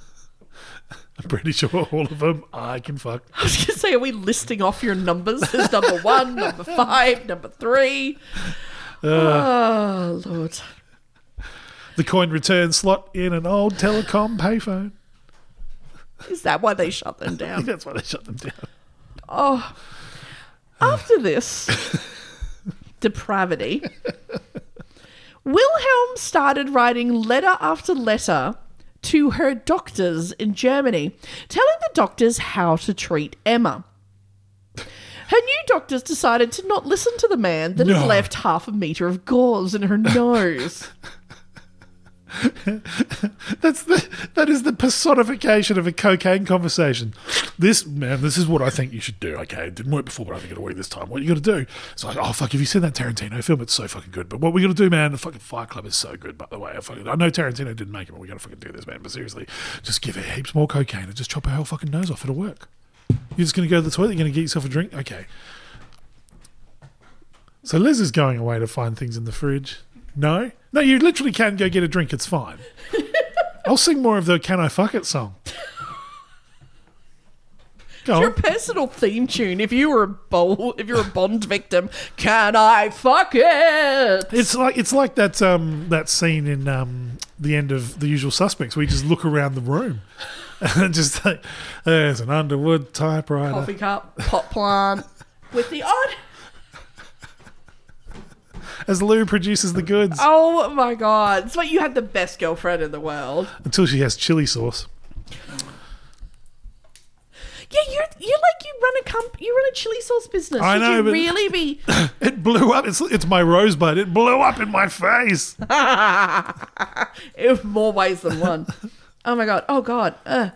B: I'm pretty sure all of them I can fuck.
C: I was going to say, are we listing off your numbers? There's number one, number five, number three. Oh, Lord.
B: The coin return slot in an old telecom payphone.
C: Is that why they shut them down?
B: That's why they shut them down.
C: Oh, after this depravity, Wilhelm started writing letter after letter to her doctors in Germany, telling the doctors how to treat Emma. Her new doctors decided to not listen to the man that
B: No.
C: had left half a meter of gauze in her nose.
B: That's the that is the personification of a cocaine conversation. This man, this is what I think you should do. Okay, it didn't work before, but I think it'll work this time. What you got to do? It's like, oh fuck, have you seen that Tarantino film? It's so fucking good. But what we got to do, man? The fucking Fight Club is so good. By the way, I, fucking, I know Tarantino didn't make it, but we got to fucking do this, man. But seriously, just give her heaps more cocaine and just chop her whole fucking nose off. It'll work. You're just gonna go to the toilet. You're gonna get yourself a drink. Okay. So Liz is going away to find things in the fridge. No, no, you literally can go get a drink. It's fine. I'll sing more of the "Can I Fuck It" song. Go
C: Your
B: on.
C: personal theme tune, if you were a bold, if you're a Bond victim, can I fuck it?
B: It's like it's like that um, that scene in um, the end of The Usual Suspects where you just look around the room and just like there's an Underwood typewriter.
C: coffee cup, pot plant, with the odd.
B: As Lou produces the goods
C: Oh my god! It's like you had the best girlfriend in the world.
B: until she has chili sauce.
C: Yeah, you're you're like you run a comp, you run a chili sauce business.
B: I
C: Should
B: know,
C: you
B: but-
C: really be?
B: It blew up. It's it's my rosebud. It blew up in my face.
C: in more ways than one. Oh my god! Oh god! Uh,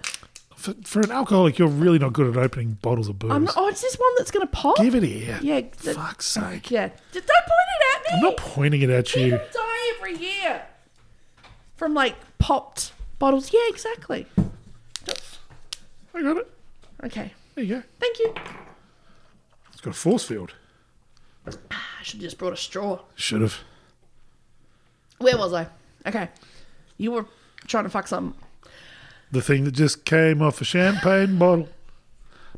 B: For, for an alcoholic, you're really not good at opening bottles of booze.
C: I'm not, oh, it's this one that's gonna pop.
B: Give it here.
C: Yeah. th-
B: Fuck's sake.
C: yeah. Just don't point it at me.
B: I'm not pointing it at you.
C: People die every year from like popped bottles. Yeah, exactly.
B: I got it.
C: Okay.
B: There you go.
C: Thank you.
B: It's got a force field.
C: I should have just brought a straw.
B: Should have.
C: Where was I? Okay. You were trying to fuck something.
B: The thing that just came off a champagne bottle.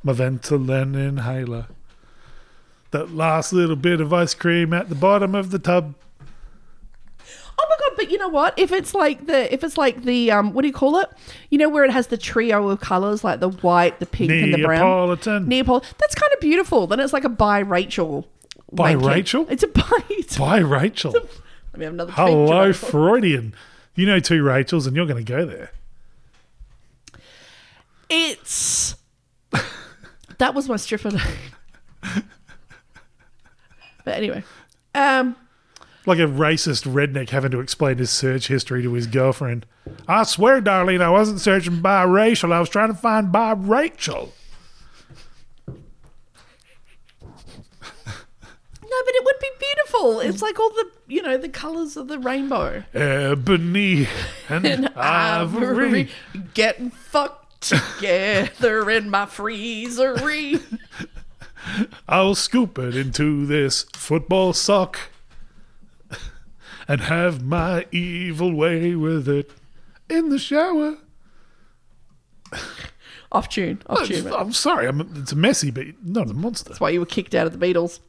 B: My Ventolin inhaler. That last little bit of ice cream at the bottom of the tub.
C: Oh my god, but you know what? If it's like the if it's like the um what do you call it? You know where it has the trio of colours, like the white, the pink and the brown.
B: Neapolitan.
C: Neapol. That's kind of beautiful. Then it's like a by Rachel.
B: By
C: wanking.
B: Rachel?
C: It's a by it's
B: By Rachel.
C: Let me have another drink,
B: Hello,
C: Jerome.
B: Freudian. You know two Rachels, and you're going to go there.
C: It's that was my stripper name. But anyway, um,
B: Like a racist redneck having to explain his search history to his girlfriend. I swear, darling, I wasn't searching by racial. I was trying to find by Rachel.
C: no, but it would be beautiful. It's like all the you know the colors of the rainbow.
B: Uh, Ebony and, ivory.
C: getting fucked together in my freezery.
B: I'll scoop it into this football sock and have my evil way with it in the shower.
C: off tune, off tune. mate.
B: I'm sorry, I'm, it's messy, but not a monster.
C: That's why you were kicked out of the Beatles.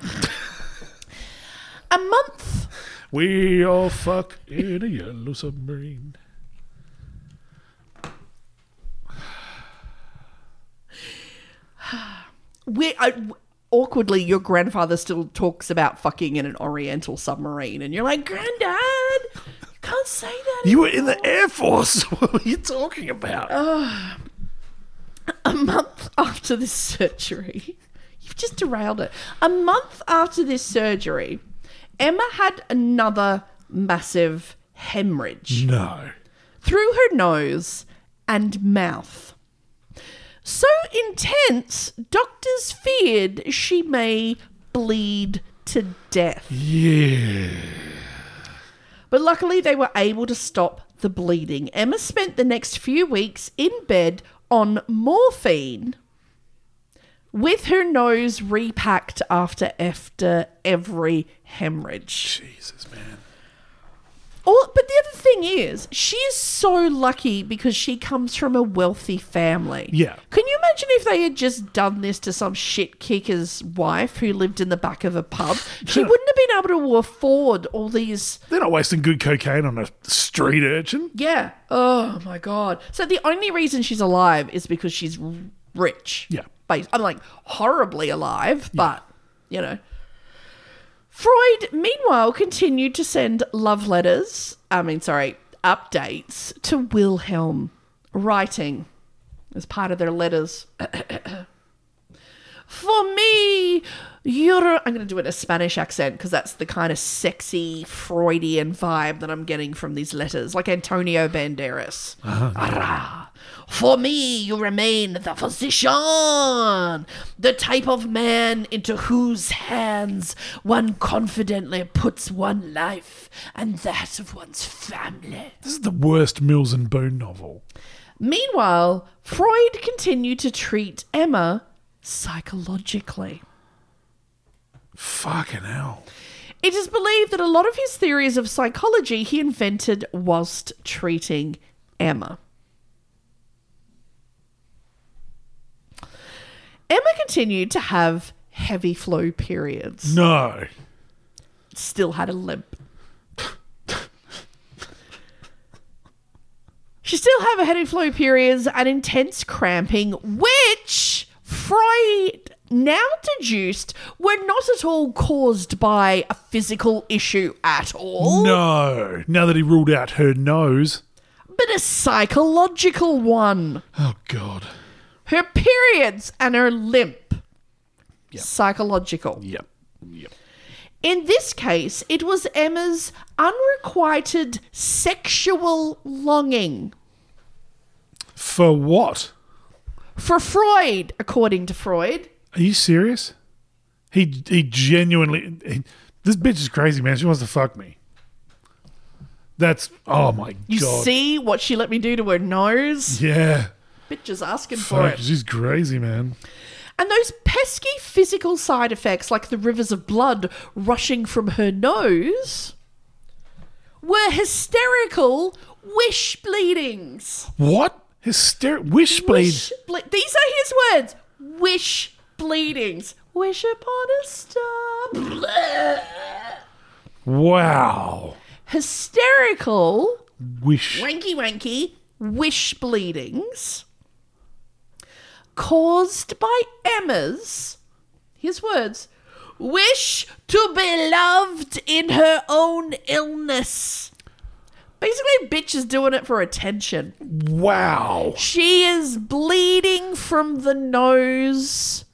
C: a month.
B: We all fuck in a yellow submarine.
C: we I, uh, awkwardly your grandfather still talks about fucking in an oriental submarine and you're like granddad you can't say that
B: You were in the Air Force. What were you talking about?
C: a month after this surgery you've just derailed it a month after this surgery emma had another massive hemorrhage
B: no.
C: through her nose and mouth so intense doctors feared she may bleed to death
B: Yeah.
C: But luckily, they were able to stop the bleeding. Emma spent the next few weeks in bed on morphine with her nose repacked after after every hemorrhage.
B: Jesus, man.
C: All, but the other thing is, she is so lucky because she comes from a wealthy family.
B: Yeah.
C: Can you imagine if they had just done this to some shit kicker's wife who lived in the back of a pub? She wouldn't have been able to afford all these
B: They're not wasting good cocaine on a street urchin.
C: Yeah. Oh my god. So the only reason she's alive is because she's r- rich.
B: Yeah.
C: Bas- I'm like horribly alive, but you know. Freud, meanwhile, continued to send love letters. I mean, sorry, updates to Wilhelm, writing as part of their letters. For me, you're. I'm going to do it in a Spanish accent because that's the kind of sexy Freudian vibe that I'm getting from these letters, like Antonio Banderas. Arrah. For me, you remain the physician, the type of man into whose hands one confidently puts one life and that of one's family.
B: This is the worst Mills and Boone novel.
C: Meanwhile, Freud continued to treat Emma psychologically.
B: Fucking hell.
C: It is believed that a lot of his theories of psychology he invented whilst treating Emma. Emma continued to have heavy flow periods,
B: No.
C: still had a limp. she still had heavy flow periods and intense cramping, which Freud now deduced were not at all caused by a physical issue at all.
B: No. Now that he ruled out her nose.
C: but a psychological one.
B: Oh, God.
C: Her periods and her limp. Psychological.
B: Yep. Yep.
C: In this case, it was Emma's unrequited sexual longing.
B: For what?
C: For Freud, according to Freud,
B: Are you serious? He he genuinely. he- this bitch is crazy, man. She wants to fuck me. That's oh my
C: you
B: god.
C: see what she let me do to her nose?
B: Yeah,
C: Bitch is asking for
B: fuck,
C: it.
B: she's crazy, man.
C: And those pesky physical side effects, like the rivers of blood rushing from her nose, were hysterical wish bleedings.
B: What hysteric wish bleed?
C: Wish ble- These are his words wish bleedings. Wish upon a star.
B: Wow,
C: hysterical,
B: wish.
C: wanky wanky, wish bleedings caused by Emma's, his words, wish to be loved in her own illness. Basically, bitch is doing it for attention.
B: Wow,
C: She is bleeding from the nose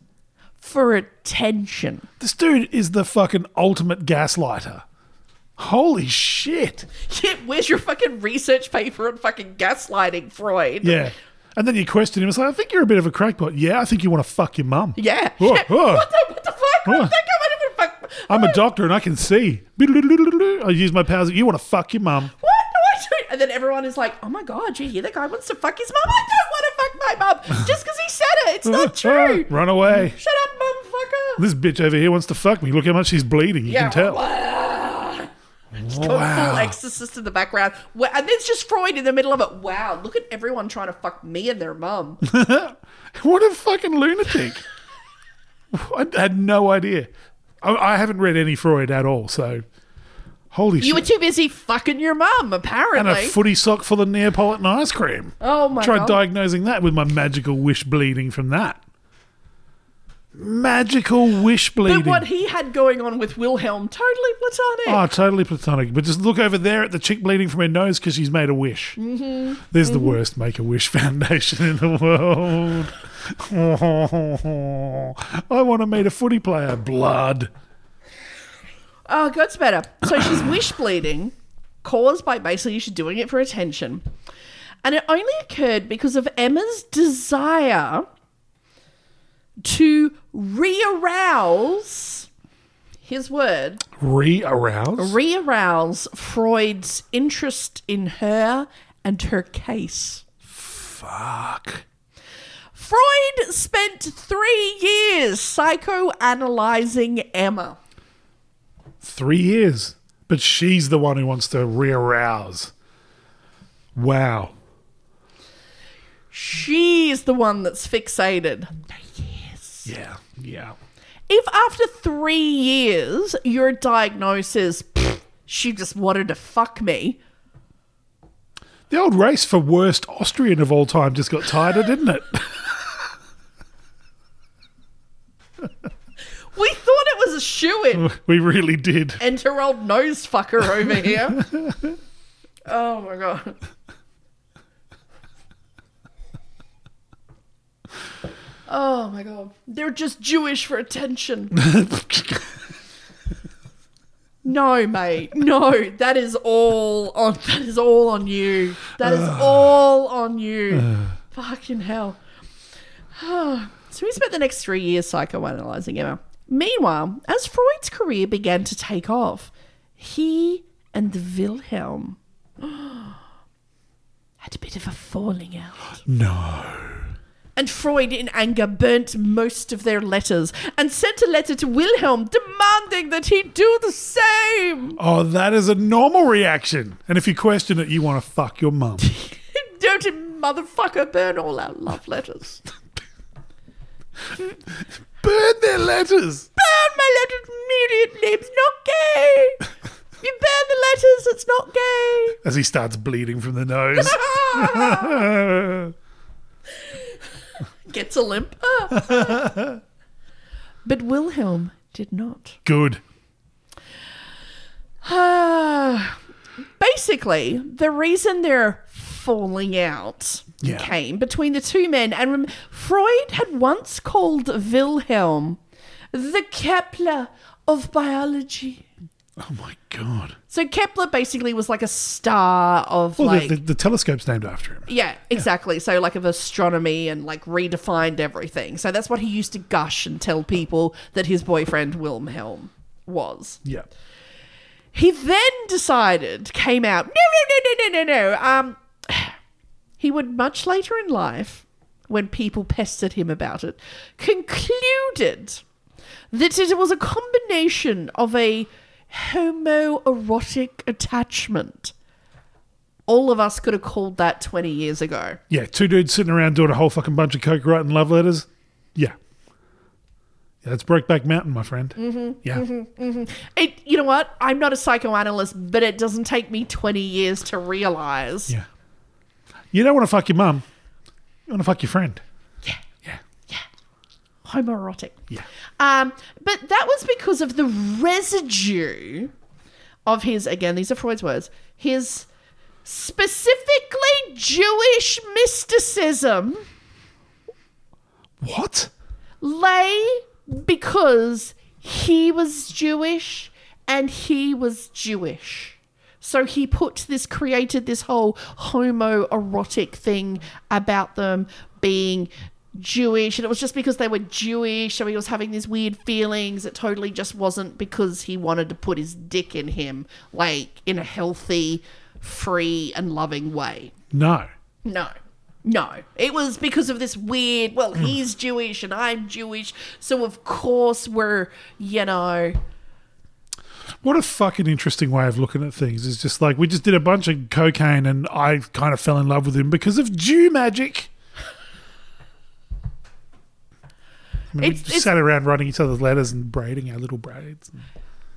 C: for attention.
B: This dude is the fucking ultimate gaslighter. Holy shit.
C: Shit, where's your fucking research paper on fucking gaslighting, Freud?
B: Yeah. And then you question him. It's like, I think you're a bit of a crackpot. Yeah, I think you want to fuck your mum.
C: Yeah.
B: Whoa,
C: Shit,
B: whoa.
C: What, the, what the fuck?
B: Whoa.
C: What the fuck? I don't even fuck.
B: I'm a doctor and I can see. I use my powers. You want to fuck your mum.
C: What? No, I don't. And then everyone is like, oh my God, you hear that guy wants to fuck his mum? I don't want to fuck my mum just because he said it. It's not true.
B: Run away.
C: Shut up, motherfucker.
B: This bitch over here wants to fuck me. Look how much she's bleeding. You can tell.
C: wow.
B: Wow.
C: full exorcist in the background. Wha- And there's just Freud in the middle of it. Wow, look at everyone trying to fuck me and their mum.
B: What a fucking lunatic. I had no idea. I, I haven't read any Freud at all, so. Holy
C: You were
B: shit.
C: too busy fucking your mum,
B: and a
C: apparently.
B: footy sock full of Neapolitan ice cream.
C: oh my
B: Try
C: God.
B: diagnosing that with my magical wish bleeding from that. Magical wish bleeding.
C: But what he had going on with Wilhelm, totally platonic.
B: Oh, totally platonic. But just look over there at the chick bleeding from her nose because she's made a wish. Mm-hmm. There's the worst Make a Wish Foundation in the world. I want to meet a footy player. Blood.
C: Oh, God's better. So she's wish bleeding, caused by basically she's doing it for attention. And it only occurred because of Emma's desire to re arouse his word,
B: Re arouse.
C: re arouse Freud's interest in her and her case.
B: Fuck.
C: Freud spent three years psychoanalyzing Emma.
B: Three years. But she's the one who wants to re arouse. Wow.
C: She's the one that's fixated.
B: Yeah. Yeah.
C: if after three years your diagnosis "Pfft, she just wanted to fuck me
B: The old race for worst Austrian of all time just got tighter, didn't it?
C: we thought it was a shoe in
B: We really did.
C: and her old nose fucker over here oh my god oh my god they're just jewish for attention no mate no that is all on that is all on you that is all on you fucking hell so he spent the next three years psychoanalyzing Emma. Meanwhile, as Freud's career began to take off, he and the Wilhelm had a bit of a falling out.
B: no.
C: And Freud, in anger, burnt most of their letters and sent a letter to Wilhelm demanding that he do the same.
B: Oh, that is a normal reaction. And if you question it, you want to fuck your mum.
C: Don't you motherfucker burn all our love letters.
B: Burn their letters.
C: burn my letters immediately. It's not gay. You burn the letters, it's not gay.
B: As he starts bleeding from the nose.
C: Gets a limp. Ah. but Wilhelm did not.
B: Good.
C: Ah. Basically, the reason they're falling out
B: Yeah.
C: came between the two men. And rem- Freud had once called Wilhelm the Kepler of biology.
B: Oh my god.
C: So Kepler basically was like a star of
B: Well,
C: like
B: the, the, the telescope's named after him.
C: Yeah, exactly. So like of astronomy and like redefined everything. So that's what he used to gush and tell people that his boyfriend Wilhelm was.
B: Yeah.
C: He then decided, came out, no, no, no, no, no, no, no. Um, he would much later in life, when people pestered him about it, concluded that it was a combination of a homoerotic attachment. All of us could have called that 20 years ago.
B: Yeah. Two dudes sitting around doing a whole fucking bunch of coke, writing love letters. Yeah. Yeah, that's Brokeback Mountain, my friend. Mm-hmm, yeah.
C: It, you know what? I'm not a psychoanalyst, but it doesn't take me 20 years to realize.
B: Yeah. You don't want to fuck your mum. You want to fuck your friend.
C: homoerotic.
B: Yeah.
C: Um, but that was because of the residue of his, again, these are Freud's words, his specifically Jewish mysticism
B: What?
C: lay because he was Jewish and he was Jewish. So he put this, created this whole homoerotic thing about them being Jewish. And it was just because they were Jewish. So he was having these weird feelings. It totally just wasn't because he wanted to put his dick in him, like in a healthy, free, and loving way.
B: No.
C: No. No. It was because of this weird, well,
B: Hmm.
C: he's Jewish and I'm Jewish. So, of course, we're, you know.
B: What a fucking interesting way of looking at things. It's just like we just did a bunch of cocaine and I kind of fell in love with him because of Jew magic. I mean, we
C: It's-
B: just
C: it's-
B: sat around writing each other's letters and braiding our little braids.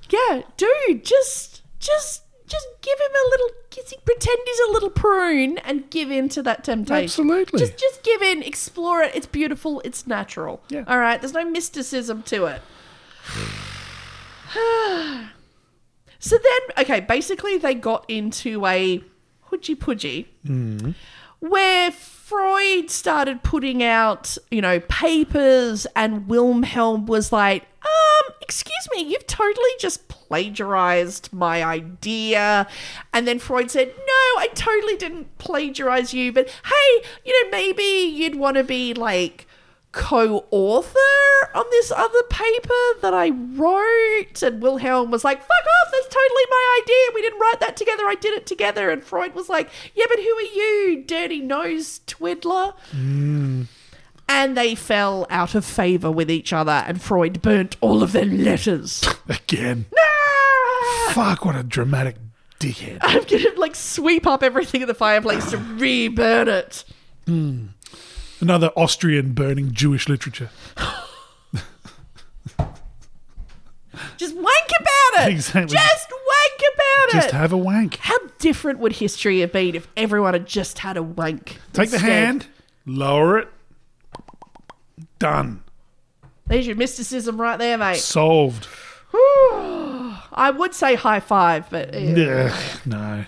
C: Yeah, dude, just, just, just give him a little kissy. Pretend he's a little prune and give in to that temptation.
B: Absolutely.
C: Just, just give in, explore it. It's beautiful, it's natural.
B: Yeah.
C: All right, there's no mysticism to it. so then, okay, basically they got into a hoodgy pudgy where Freud started putting out, you know, papers, and Wilhelm was like, um, excuse me, you've totally just plagiarized my idea. And then Freud said, no, I totally didn't plagiarize you, but hey, you know, maybe you'd want to be like, co-author on this other paper that I wrote and Wilhelm was like fuck off that's totally my idea we didn't write that together I did it together and Freud was like yeah but who are you dirty nose twiddler
B: Mm.
C: and they fell out of favor with each other and Freud burnt all of their letters
B: Again.
C: Ah!
B: Fuck, what a dramatic dickhead.
C: I'm gonna like sweep up everything in the fireplace to re-burn it
B: Another Austrian burning Jewish literature.
C: just wank about it
B: Exactly.
C: just wank about it
B: Just have a wank.
C: How different would history have been if everyone had just had a wank?
B: Take the
C: instead?
B: hand, lower it. Done.
C: There's your mysticism right there, mate.
B: Solved.
C: I would say high five, but eh,
B: Ugh, no.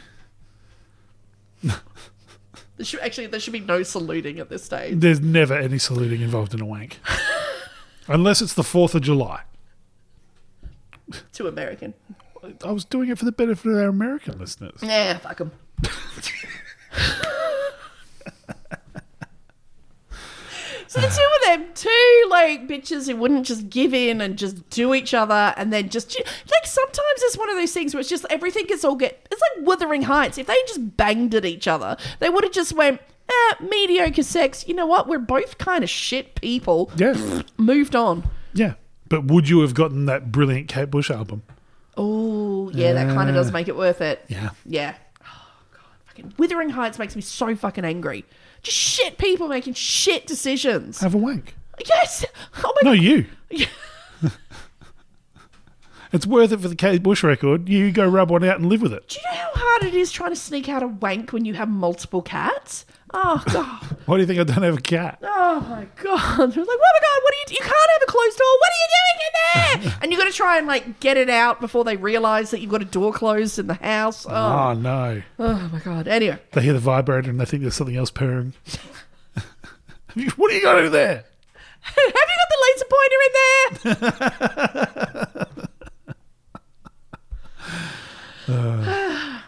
C: there should, actually, there should be no saluting at this stage.
B: There's never any saluting involved in a wank. Unless it's the 4th of July.
C: Too American.
B: I was doing it for the benefit of our American listeners.
C: Yeah, fuck 'em. so the two of them, two like bitches who wouldn't just give in and just do each other, and then just like sometimes it's one of those things where it's just everything gets all get. It's like Wuthering Heights. If they just banged at each other, they would have just went. Eh, mediocre sex. You know what? We're both kind of shit people.
B: Yeah.
C: Moved on.
B: Yeah. But would you have gotten that brilliant Kate Bush album?
C: Oh, yeah, that kind of does make it worth it.
B: Yeah.
C: Yeah. Oh god, fucking Withering Heights makes me so fucking angry. Just shit people making shit decisions.
B: Have a wank.
C: Yes. Oh my
B: No,
C: god.
B: you. it's worth it for the Kate Bush record. You go rub one out and live with it.
C: Do you know how hard it is trying to sneak out a wank when you have multiple cats? Oh god.
B: Why do you think I don't have a cat?
C: Oh my god. They're like, oh my god, what are you? You can't have a closed door. What are you doing in there? and you got to try and like get it out before they realize that you've got a door closed in the house. Oh,
B: Oh, no.
C: oh my god. Anyway.
B: They hear the vibrator and they think there's something else purring. what do you got over there?
C: Have you got the laser pointer in there?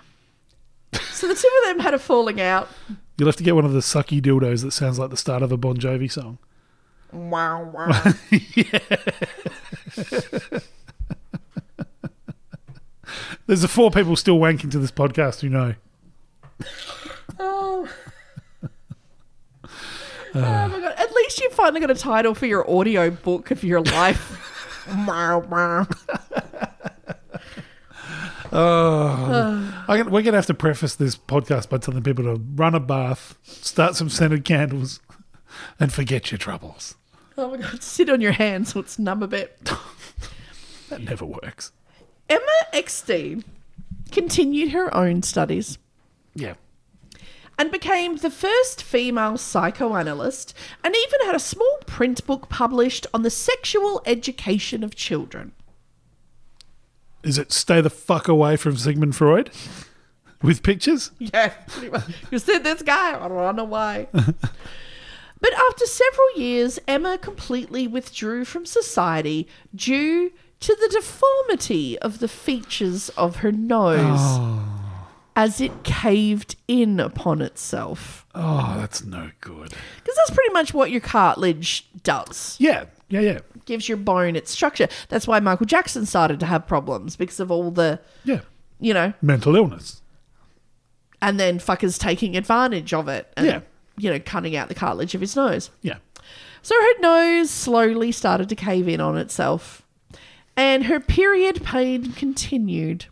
C: so the two of them had a falling out.
B: You'll have to get one of the sucky dildos that sounds like the start of a Bon Jovi song.
C: Wow, wow.
B: There's the four people still wanking to this podcast who know.
C: oh. Oh my god! At least you finally got a title for your audio book of your life. Wow, wow.
B: I can, we're going to have to preface this podcast by telling people to run a bath, start some scented candles, and forget your troubles.
C: oh my god! Sit on your hands, so it's numb a bit.
B: That never works.
C: Emma Eckstein continued her own studies.
B: Yeah.
C: and became the first female psychoanalyst and even had a small print book published on the sexual education of children.
B: Is it stay the fuck away from Sigmund Freud with pictures?
C: Yeah, pretty much. you said this guy. I don't know why. But after several years, Emma completely withdrew from society due to the deformity of the features of her nose as it caved in upon itself.
B: Oh, that's no good.
C: Because that's pretty much what your cartilage does
B: Yeah, yeah, yeah,
C: gives your bone its structure. That's why Michael Jackson started to have problems because of all the,
B: yeah.
C: you know,
B: Mental illness.
C: and then fuckers taking advantage of it and,
B: Yeah.
C: you know, cutting out the cartilage of his nose.
B: Yeah.
C: So her nose slowly started to cave in on itself, and her period pain continued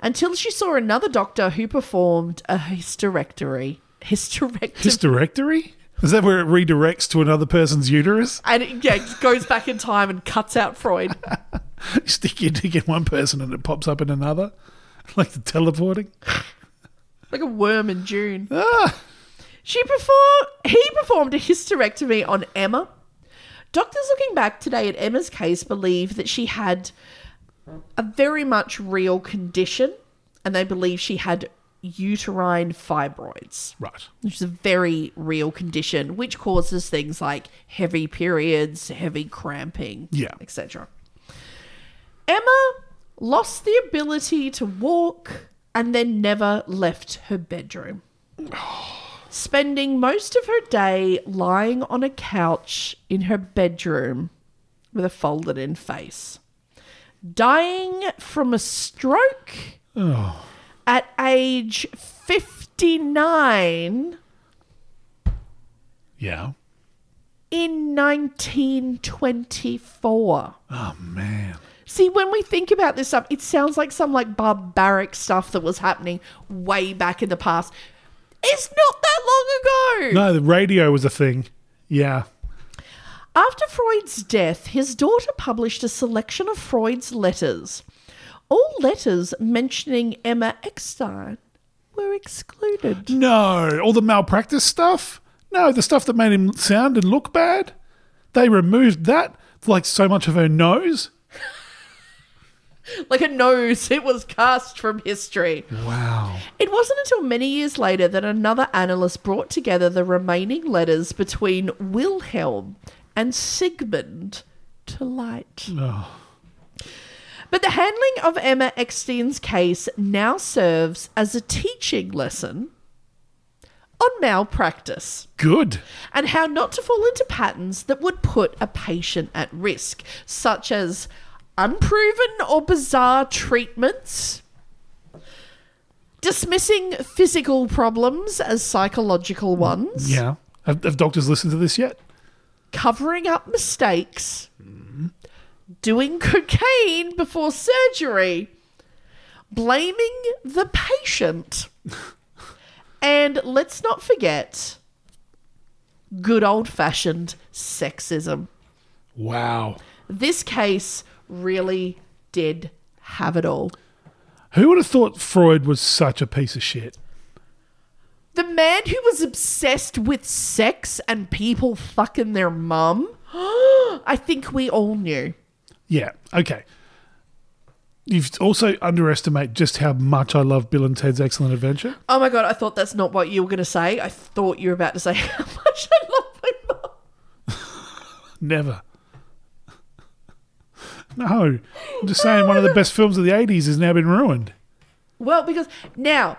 C: until she saw another doctor who performed a hysterectomy. Hysterectomy.
B: This directory? Is that where it redirects to another person's uterus?
C: and it, yeah, it goes back in time and cuts out Freud.
B: You stick your dick in one person and it pops up in another? Like the teleporting?
C: like a worm in June. She performed. He performed a hysterectomy on Emma. Doctors looking back today at Emma's case believe that she had a very much real condition, and they believe she had uterine fibroids,
B: Right.
C: which is a very real condition, which causes things like heavy periods, heavy cramping,
B: Yeah.
C: etc. Emma lost the ability to walk and then never left her bedroom, spending most of her day lying on a couch in her bedroom with a folded in face, dying from a stroke at age 59
B: Yeah.
C: in 1924.
B: Oh, man.
C: See, when we think about this stuff, it sounds like some like barbaric stuff that was happening way back in the past. It's not that long ago.
B: No, the radio was a thing. Yeah.
C: After Freud's death, his daughter published a selection of Freud's letters. All letters mentioning Emma Eckstein were excluded.
B: No, all the malpractice stuff? No, the stuff that made him sound and look bad? They removed that, like so much of her nose?
C: Like a nose, it was cast from history.
B: Wow.
C: It wasn't until many years later that another analyst brought together the remaining letters between Wilhelm and Sigmund to light. But the handling of Emma Eckstein's case now serves as a teaching lesson on malpractice
B: Good.
C: and how not to fall into patterns that would put a patient at risk, such as unproven or bizarre treatments, dismissing physical problems as psychological ones,
B: Yeah. Have, have doctors listened to this yet?
C: covering up mistakes, doing cocaine before surgery, blaming the patient, and let's not forget good old fashioned sexism.
B: Wow.
C: This case really did have it all.
B: Who would have thought Freud was such a piece of shit?
C: The man who was obsessed with sex and people fucking their mum, I think we all knew.
B: Yeah. Okay. You've also underestimate just how much I love Bill and Ted's Excellent Adventure.
C: Oh my god, I thought that's not what you were going to say. I thought you were about to say how much I love my mum.
B: Never. No. I'm just saying one of the best films of the 80s has now been ruined.
C: Well, because now,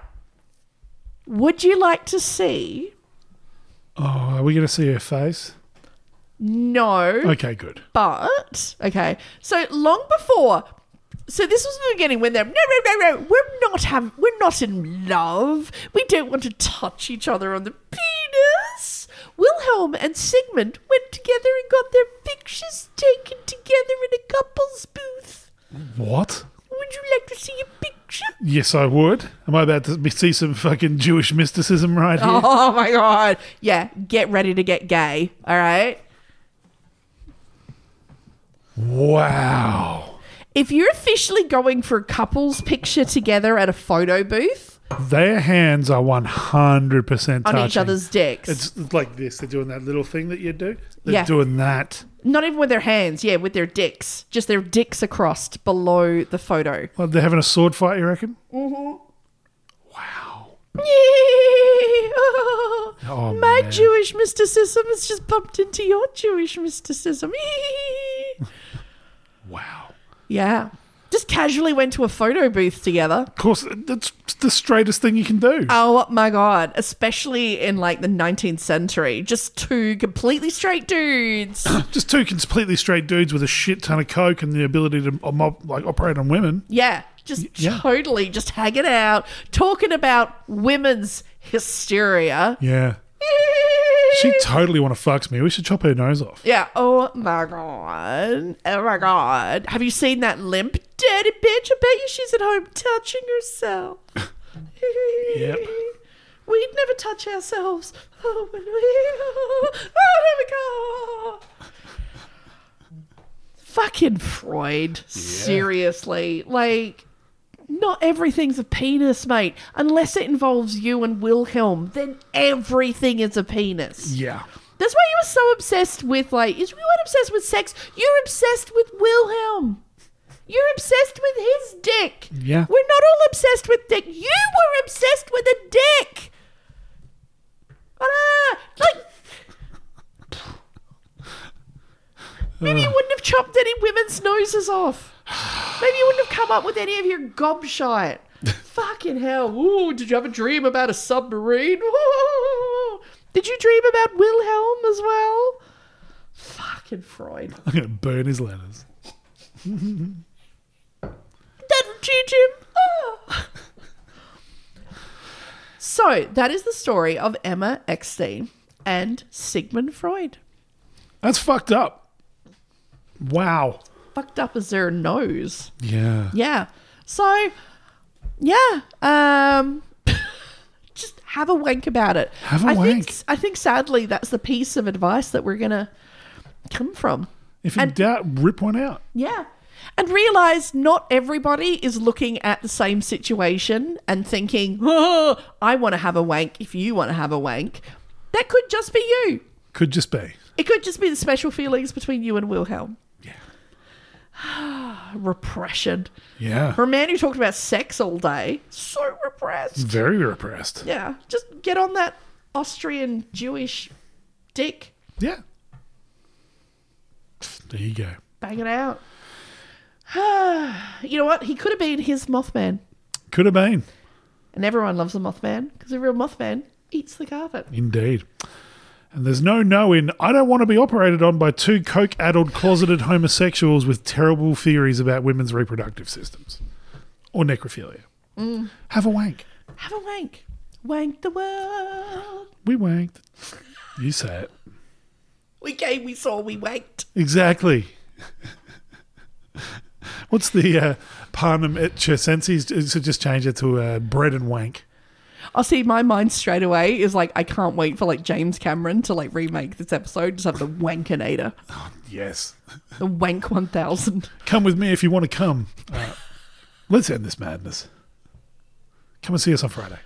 C: would you like to see?
B: Oh, are we going to see her face?
C: No,
B: Okay, good.
C: but okay. So long before. So this was the beginning when they're no, no, no, no. We're not have. We're not in love. We don't want to touch each other on the penis. Wilhelm and Sigmund went together and got their pictures taken together in a couple's booth.
B: What?
C: Would you like to see a picture?
B: Yes, I would. Am I about to be- see some fucking Jewish mysticism right here?
C: Oh my god. Yeah, get ready to get gay. All right.
B: Wow.
C: If you're officially going for a couple's picture together at a photo booth
B: Their hands are 100%
C: on
B: touching.
C: each other's dicks,
B: It's like this. They're doing that little thing that you do. They're
C: Yeah.
B: doing that.
C: not even with their hands, yeah, with their dicks, just their dicks are crossed below the photo.
B: Like they're having a sword fight, you reckon?
C: Mm-hmm. Yeah. Oh,
B: Oh,
C: my my Jewish mysticism has just bumped into your Jewish mysticism.
B: Wow.
C: yeah. Just casually went to a photo booth together.
B: Of course, that's the straightest thing you can do.
C: Oh my god, especially in like the 19th century, just two completely straight dudes.
B: Just two completely straight dudes with a shit ton of coke and the ability to um, op- like operate on women.
C: yeah, just
B: yeah.
C: totally just hanging out, talking about women's hysteria.
B: Yeah. She totally want to fucks me. We should chop her nose off.
C: Yeah. Oh my god. Oh my god. Have you seen that limp dirty bitch? I bet you she's at home touching herself.
B: Yep.
C: We'd never touch ourselves. Oh, when we, oh, oh, there we go. Fucking Freud. Seriously. Like, not everything's a penis, mate. Unless it involves you and Wilhelm, then everything is a penis.
B: Yeah.
C: That's why you were so obsessed with like is you weren't obsessed with sex. You're obsessed with Wilhelm. You're obsessed with his dick.
B: Yeah.
C: We're not all obsessed with dick. You were obsessed with a dick. Ah, like Maybe you wouldn't have chopped any women's noses off. Maybe you wouldn't have come up with any of your gobshite. Fucking hell. Ooh, did you have a dream about a submarine? Ooh. Did you dream about Wilhelm as well? Fucking Freud.
B: I'm going to burn his letters.
C: That'll teach him. Ah. So, that is the story of Emma Eckstein and Sigmund Freud.
B: That's fucked up. Wow.
C: Fucked up as their nose.
B: Yeah.
C: Yeah. So, yeah. Um, just have a wank about it.
B: Have a
C: I
B: wank.
C: Think, I think sadly that's the piece of advice that we're gonna come from.
B: If in
C: And-
B: doubt, rip one out.
C: Yeah. And realize not everybody is looking at the same situation and thinking, oh, I want to have a wank if you want to have a wank. That could just be you.
B: Could just be.
C: It could just be the special feelings between you and Wilhelm. Yeah. Repression.
B: Yeah.
C: For a man who talked about sex all day, so repressed.
B: Very repressed.
C: Yeah, just get on that Austrian Jewish dick,
B: Yeah. There you go.
C: bang it out. you know what? He could have been his Mothman,
B: Could have been.
C: and everyone loves a Mothman because a real Mothman eats the carpet.
B: Indeed. And there's no knowing. I don't want to be operated on by two coke addled closeted homosexuals with terrible theories about women's reproductive systems or necrophilia. Have a wank.
C: Have a wank, wank the world.
B: We wanked. You say it.
C: We came, we saw, we wanked.
B: Exactly. What's the uh, Parnum et Circenses? So just change it to uh, bread and wank.
C: I see. My mind straight away is like, I can't wait for like James Cameron to like remake this episode. Just have the Wankinator,
B: Yes.
C: the Wank One Thousand.
B: Come with me if you want to come. Uh, let's end this madness. Come and see us on Friday.